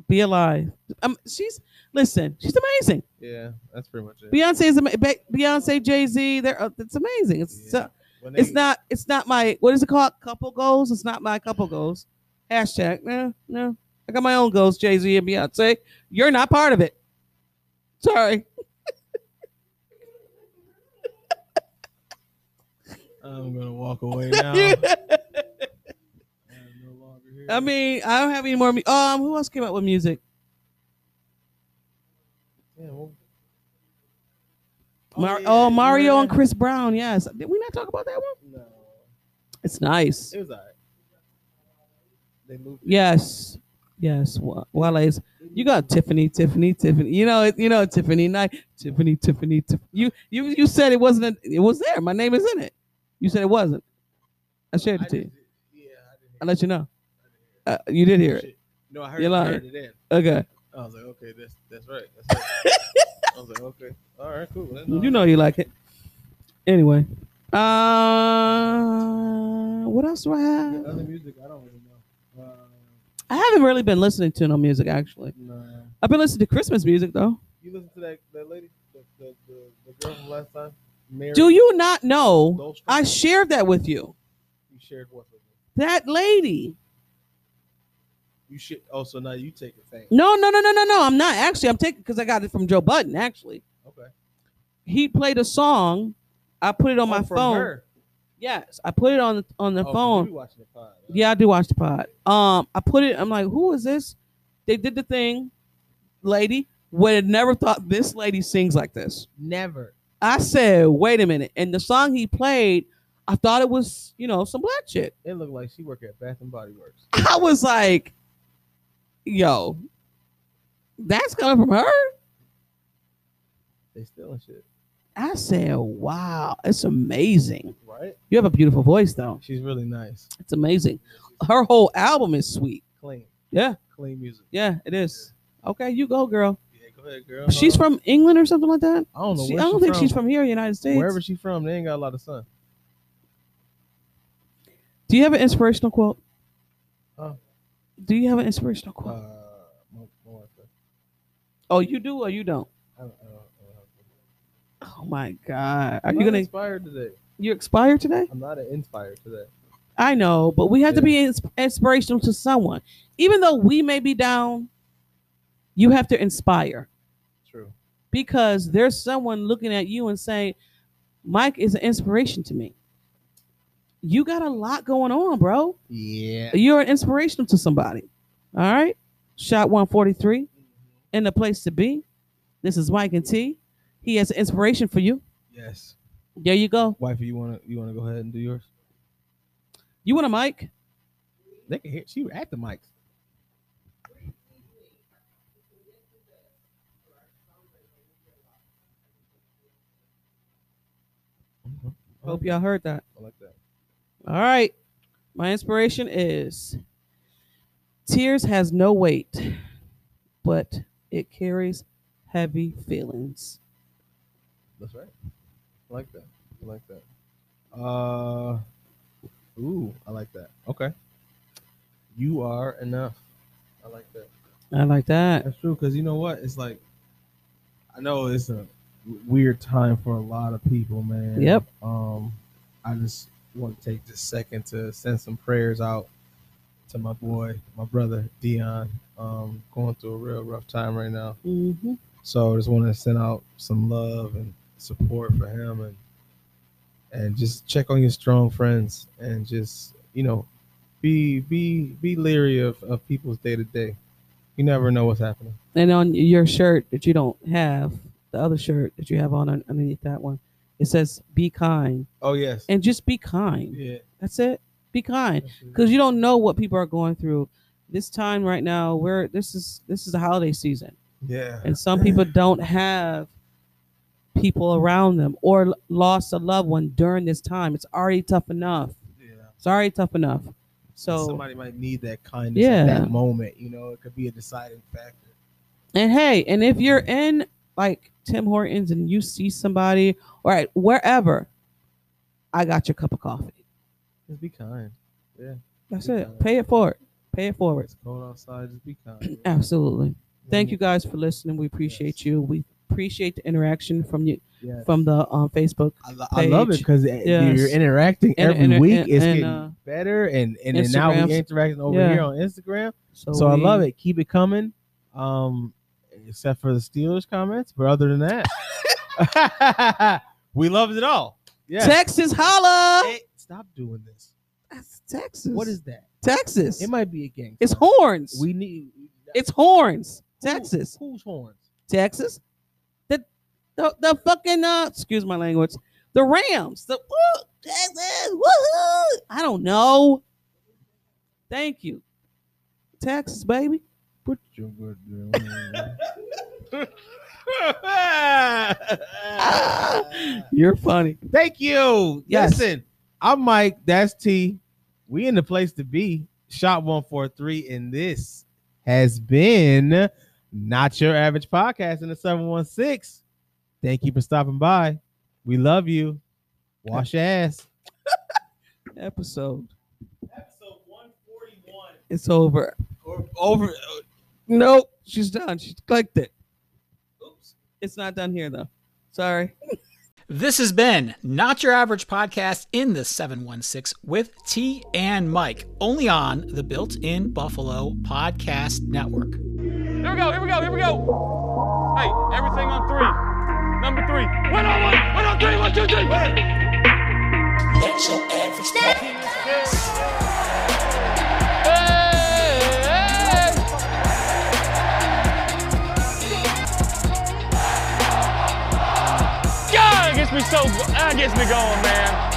D: Be alive. Um, she's listen. She's amazing.
C: Yeah, that's pretty much it.
D: Beyonce is ama- Be- Beyonce, Jay Z. They're uh, it's amazing. It's
C: Yeah.
D: so-
C: When
D: it's
C: they-
D: not it's not my what is it called? Couple goals. It's not my couple goals. Hashtag no no. I got my own goals. Jay Z and Beyonce. You're not part of it. Sorry.
C: I'm gonna walk away now. I'm no longer here.
D: I mean, I don't have any more. mu- Um, who else came out with music?
C: Yeah, well-
D: Mar-
C: yeah,
D: oh, Mario
C: yeah.
D: and Chris Brown. Yes. Did we not talk about that one?
C: No,
D: It's nice.
C: it was alright. They moved.
D: Yes. Yes. Wa- Wale's. You got Tiffany, Tiffany, Tiffany. You know, it- you know Tiffany night. Tiffany, Tiffany, Tiffany. You, you, you said it wasn't. A, it was there. My name is in it. You said it wasn't. I shared
C: I
D: it to you.
C: didn't- yeah, I didn't hear
D: I
C: it.
D: let you know. Uh, you did hear it.
C: Shit. No, I heard,
D: You're
C: I
D: lying.
C: heard it then.
D: Okay.
C: I was like, okay, that's that's right. That's right. I was like, okay, all right, cool. uh, That's all
D: You know you like it. Anyway. Uh, what else do I
C: right.
D: have?
C: The other music, I don't really know. Uh,
D: I haven't really been listening to no music actually.
C: nah.
D: I've been listening to Christmas music though.
C: You listen to that that lady, the the, the, the girl from last time, Mary.
D: Do you not know?
C: Dolstrom?
D: I shared that with you.
C: you shared what with me?
D: That lady.
C: You should. Oh, so now you take it, thing.
D: No, no, no, no, no, no. I'm not actually. I'm taking because I got it from Joe Budden. Actually,
C: Okay.
D: he played a song. I put it on my
C: Oh, from
D: phone.
C: her.
D: Yes, I put it on on the
C: Oh, 'cause
D: phone.
C: You watching the pod? huh?
D: Yeah, I do watch the pod. Um, I put it. I'm like, who is this? They did the thing, lady. Would have never thought this lady sings like this.
C: Never.
D: I said, wait a minute. And the song he played, I thought it was, you know, some black shit.
C: It looked like she worked at Bath and Body Works.
D: I was like, yo, that's coming from her.
C: They stealing shit,
D: I said, wow, it's amazing.
C: right?
D: You have a beautiful voice, though.
C: She's really nice,
D: It's amazing. Her whole album is sweet.
C: clean,
D: Yeah,
C: clean music.
D: yeah, it is. Okay, you go, girl.
C: Yeah, go ahead, girl.
D: She's
C: Huh?
D: from England or something like that.
C: Uh-huh. I don't know.
D: She-
C: where
D: I don't
C: she
D: think she's from here, United States.
C: Wherever she's from, they ain't got a lot of sun.
D: Do you have an inspirational quote?
C: Huh?
D: Do you have an inspirational
C: Uh,
D: quote?
C: my- my wife,
D: oh, you do or you don't?
C: I don't- I don't- I don't have to-
D: Oh my God, are
C: I'm
D: you
C: not
D: gonna?
C: inspired today?
D: You expired today?
C: I'm not inspired today.
D: I know, but we have to
C: Yeah.
D: be ins- inspirational to someone, even though we may be down. You have to inspire.
C: True.
D: because there's someone looking at you and saying, Mike is an inspiration to me. You got a lot going on, bro.
C: Yeah.
D: You're an inspiration to somebody. All right. Shot 143
C: Mm-hmm.
D: in the place to be. This is Mike and T. He has an inspiration for you.
C: Yes,
D: There you go.
C: wifey, you wanna you wanna go ahead and do yours?
D: You want a mic?
C: They can hear. She at the mics. Mhm.
D: Hope y'all heard that.
C: I like that.
D: All right. My inspiration is Tears has no weight, but it carries heavy feelings.
C: That's right. I like that. I like that. Uh, ooh, I like that. Okay. You are enough. I like that.
D: I like that.
C: That's true because you know what? It's like I know it's a w- weird time for a lot of people, man.
D: Yep.
C: Um, I just want to take this second to send some prayers out to my boy, my brother Dion. Um, going through a real rough time right now, Mm-hmm.
D: hmm
C: so I just want to send out some love and support for him, and and just check on your strong friends, and just you know, be be be leery of of people's day to day. You never know what's happening.
D: And on your shirt that you don't have, the other shirt that you have on un- underneath that one, it says "Be kind"
C: Oh yes.
D: and just be kind.
C: yeah.
D: That's it. Be kind,
C: that's it.
D: because you don't know what people are going through. This time right now, we're this is this is the holiday season,
C: Yeah.
D: and some people don't have people around them or l- lost a loved one during this time. It's already tough enough.
C: yeah.
D: It's already tough enough. So
C: somebody might need that kindness
D: Yeah.
C: at that moment. You know, it could be a deciding factor.
D: And hey, and if you're in like Tim Hortons and you see somebody, all right, wherever, I got your cup of coffee.
C: Just be kind.
D: That's it. Pay it forward. Pay it forward.
C: It's cold outside. Just be kind.
D: Absolutely. Thank you guys for listening. We appreciate you. We appreciate the interaction from you
C: Yeah.
D: from the um, Facebook.
C: I, lo- I love it
D: page.
C: because you're
D: Yes.
C: interacting
D: And-
C: every
D: and-
C: week.
D: and-
C: it's
D: and,
C: getting
D: uh,
C: better, and and, then now we
D: Instagrams.
C: interacting over
D: Yeah.
C: here on Instagram.
D: So,
C: So I
D: we-
C: love it. Keep it coming. Um, except for the Steelers comments, but other than that, we loved it all. Yeah.
D: Texas holla.
C: Hey, stop doing this.
D: That's Texas.
C: What is that?
D: Texas?
C: It might be a gang.
D: it's
C: sign.
D: horns.
C: We need.
D: it's horns.
C: Who-
D: Texas.
C: Who's horns?
D: Texas. The the, the fucking uh, excuse my language. The Rams. The woo, Texas. Woohoo! I don't know. Thank you, Texas baby.
C: Put your good girl.
D: You're funny.
C: Thank you.
D: Yes.
C: Listen, I'm Mike. That's T. We in the place to be. Shot one four three, and this has been not your average podcast in the seven one six. Thank you for stopping by. We love you. Wash your ass.
D: Episode.
C: Episode one forty one.
D: It's over.
C: Or over. uh,
D: Nope. She's done. She clicked it. Oops. It's not done here though. Sorry.
A: This has been Not Your Average Podcast in the 716 with T and Mike, only on the Built in Buffalo Podcast Network.
E: Here we go, here we go, here we go. Hey, everything on three. Number three. One on one, one on three, one, two, three. Hey, hey. God, it gets me so, ah, it gets me going, man.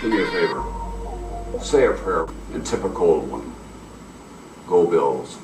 F: Do me a favor. Say a prayer, the typical one. Go Bills.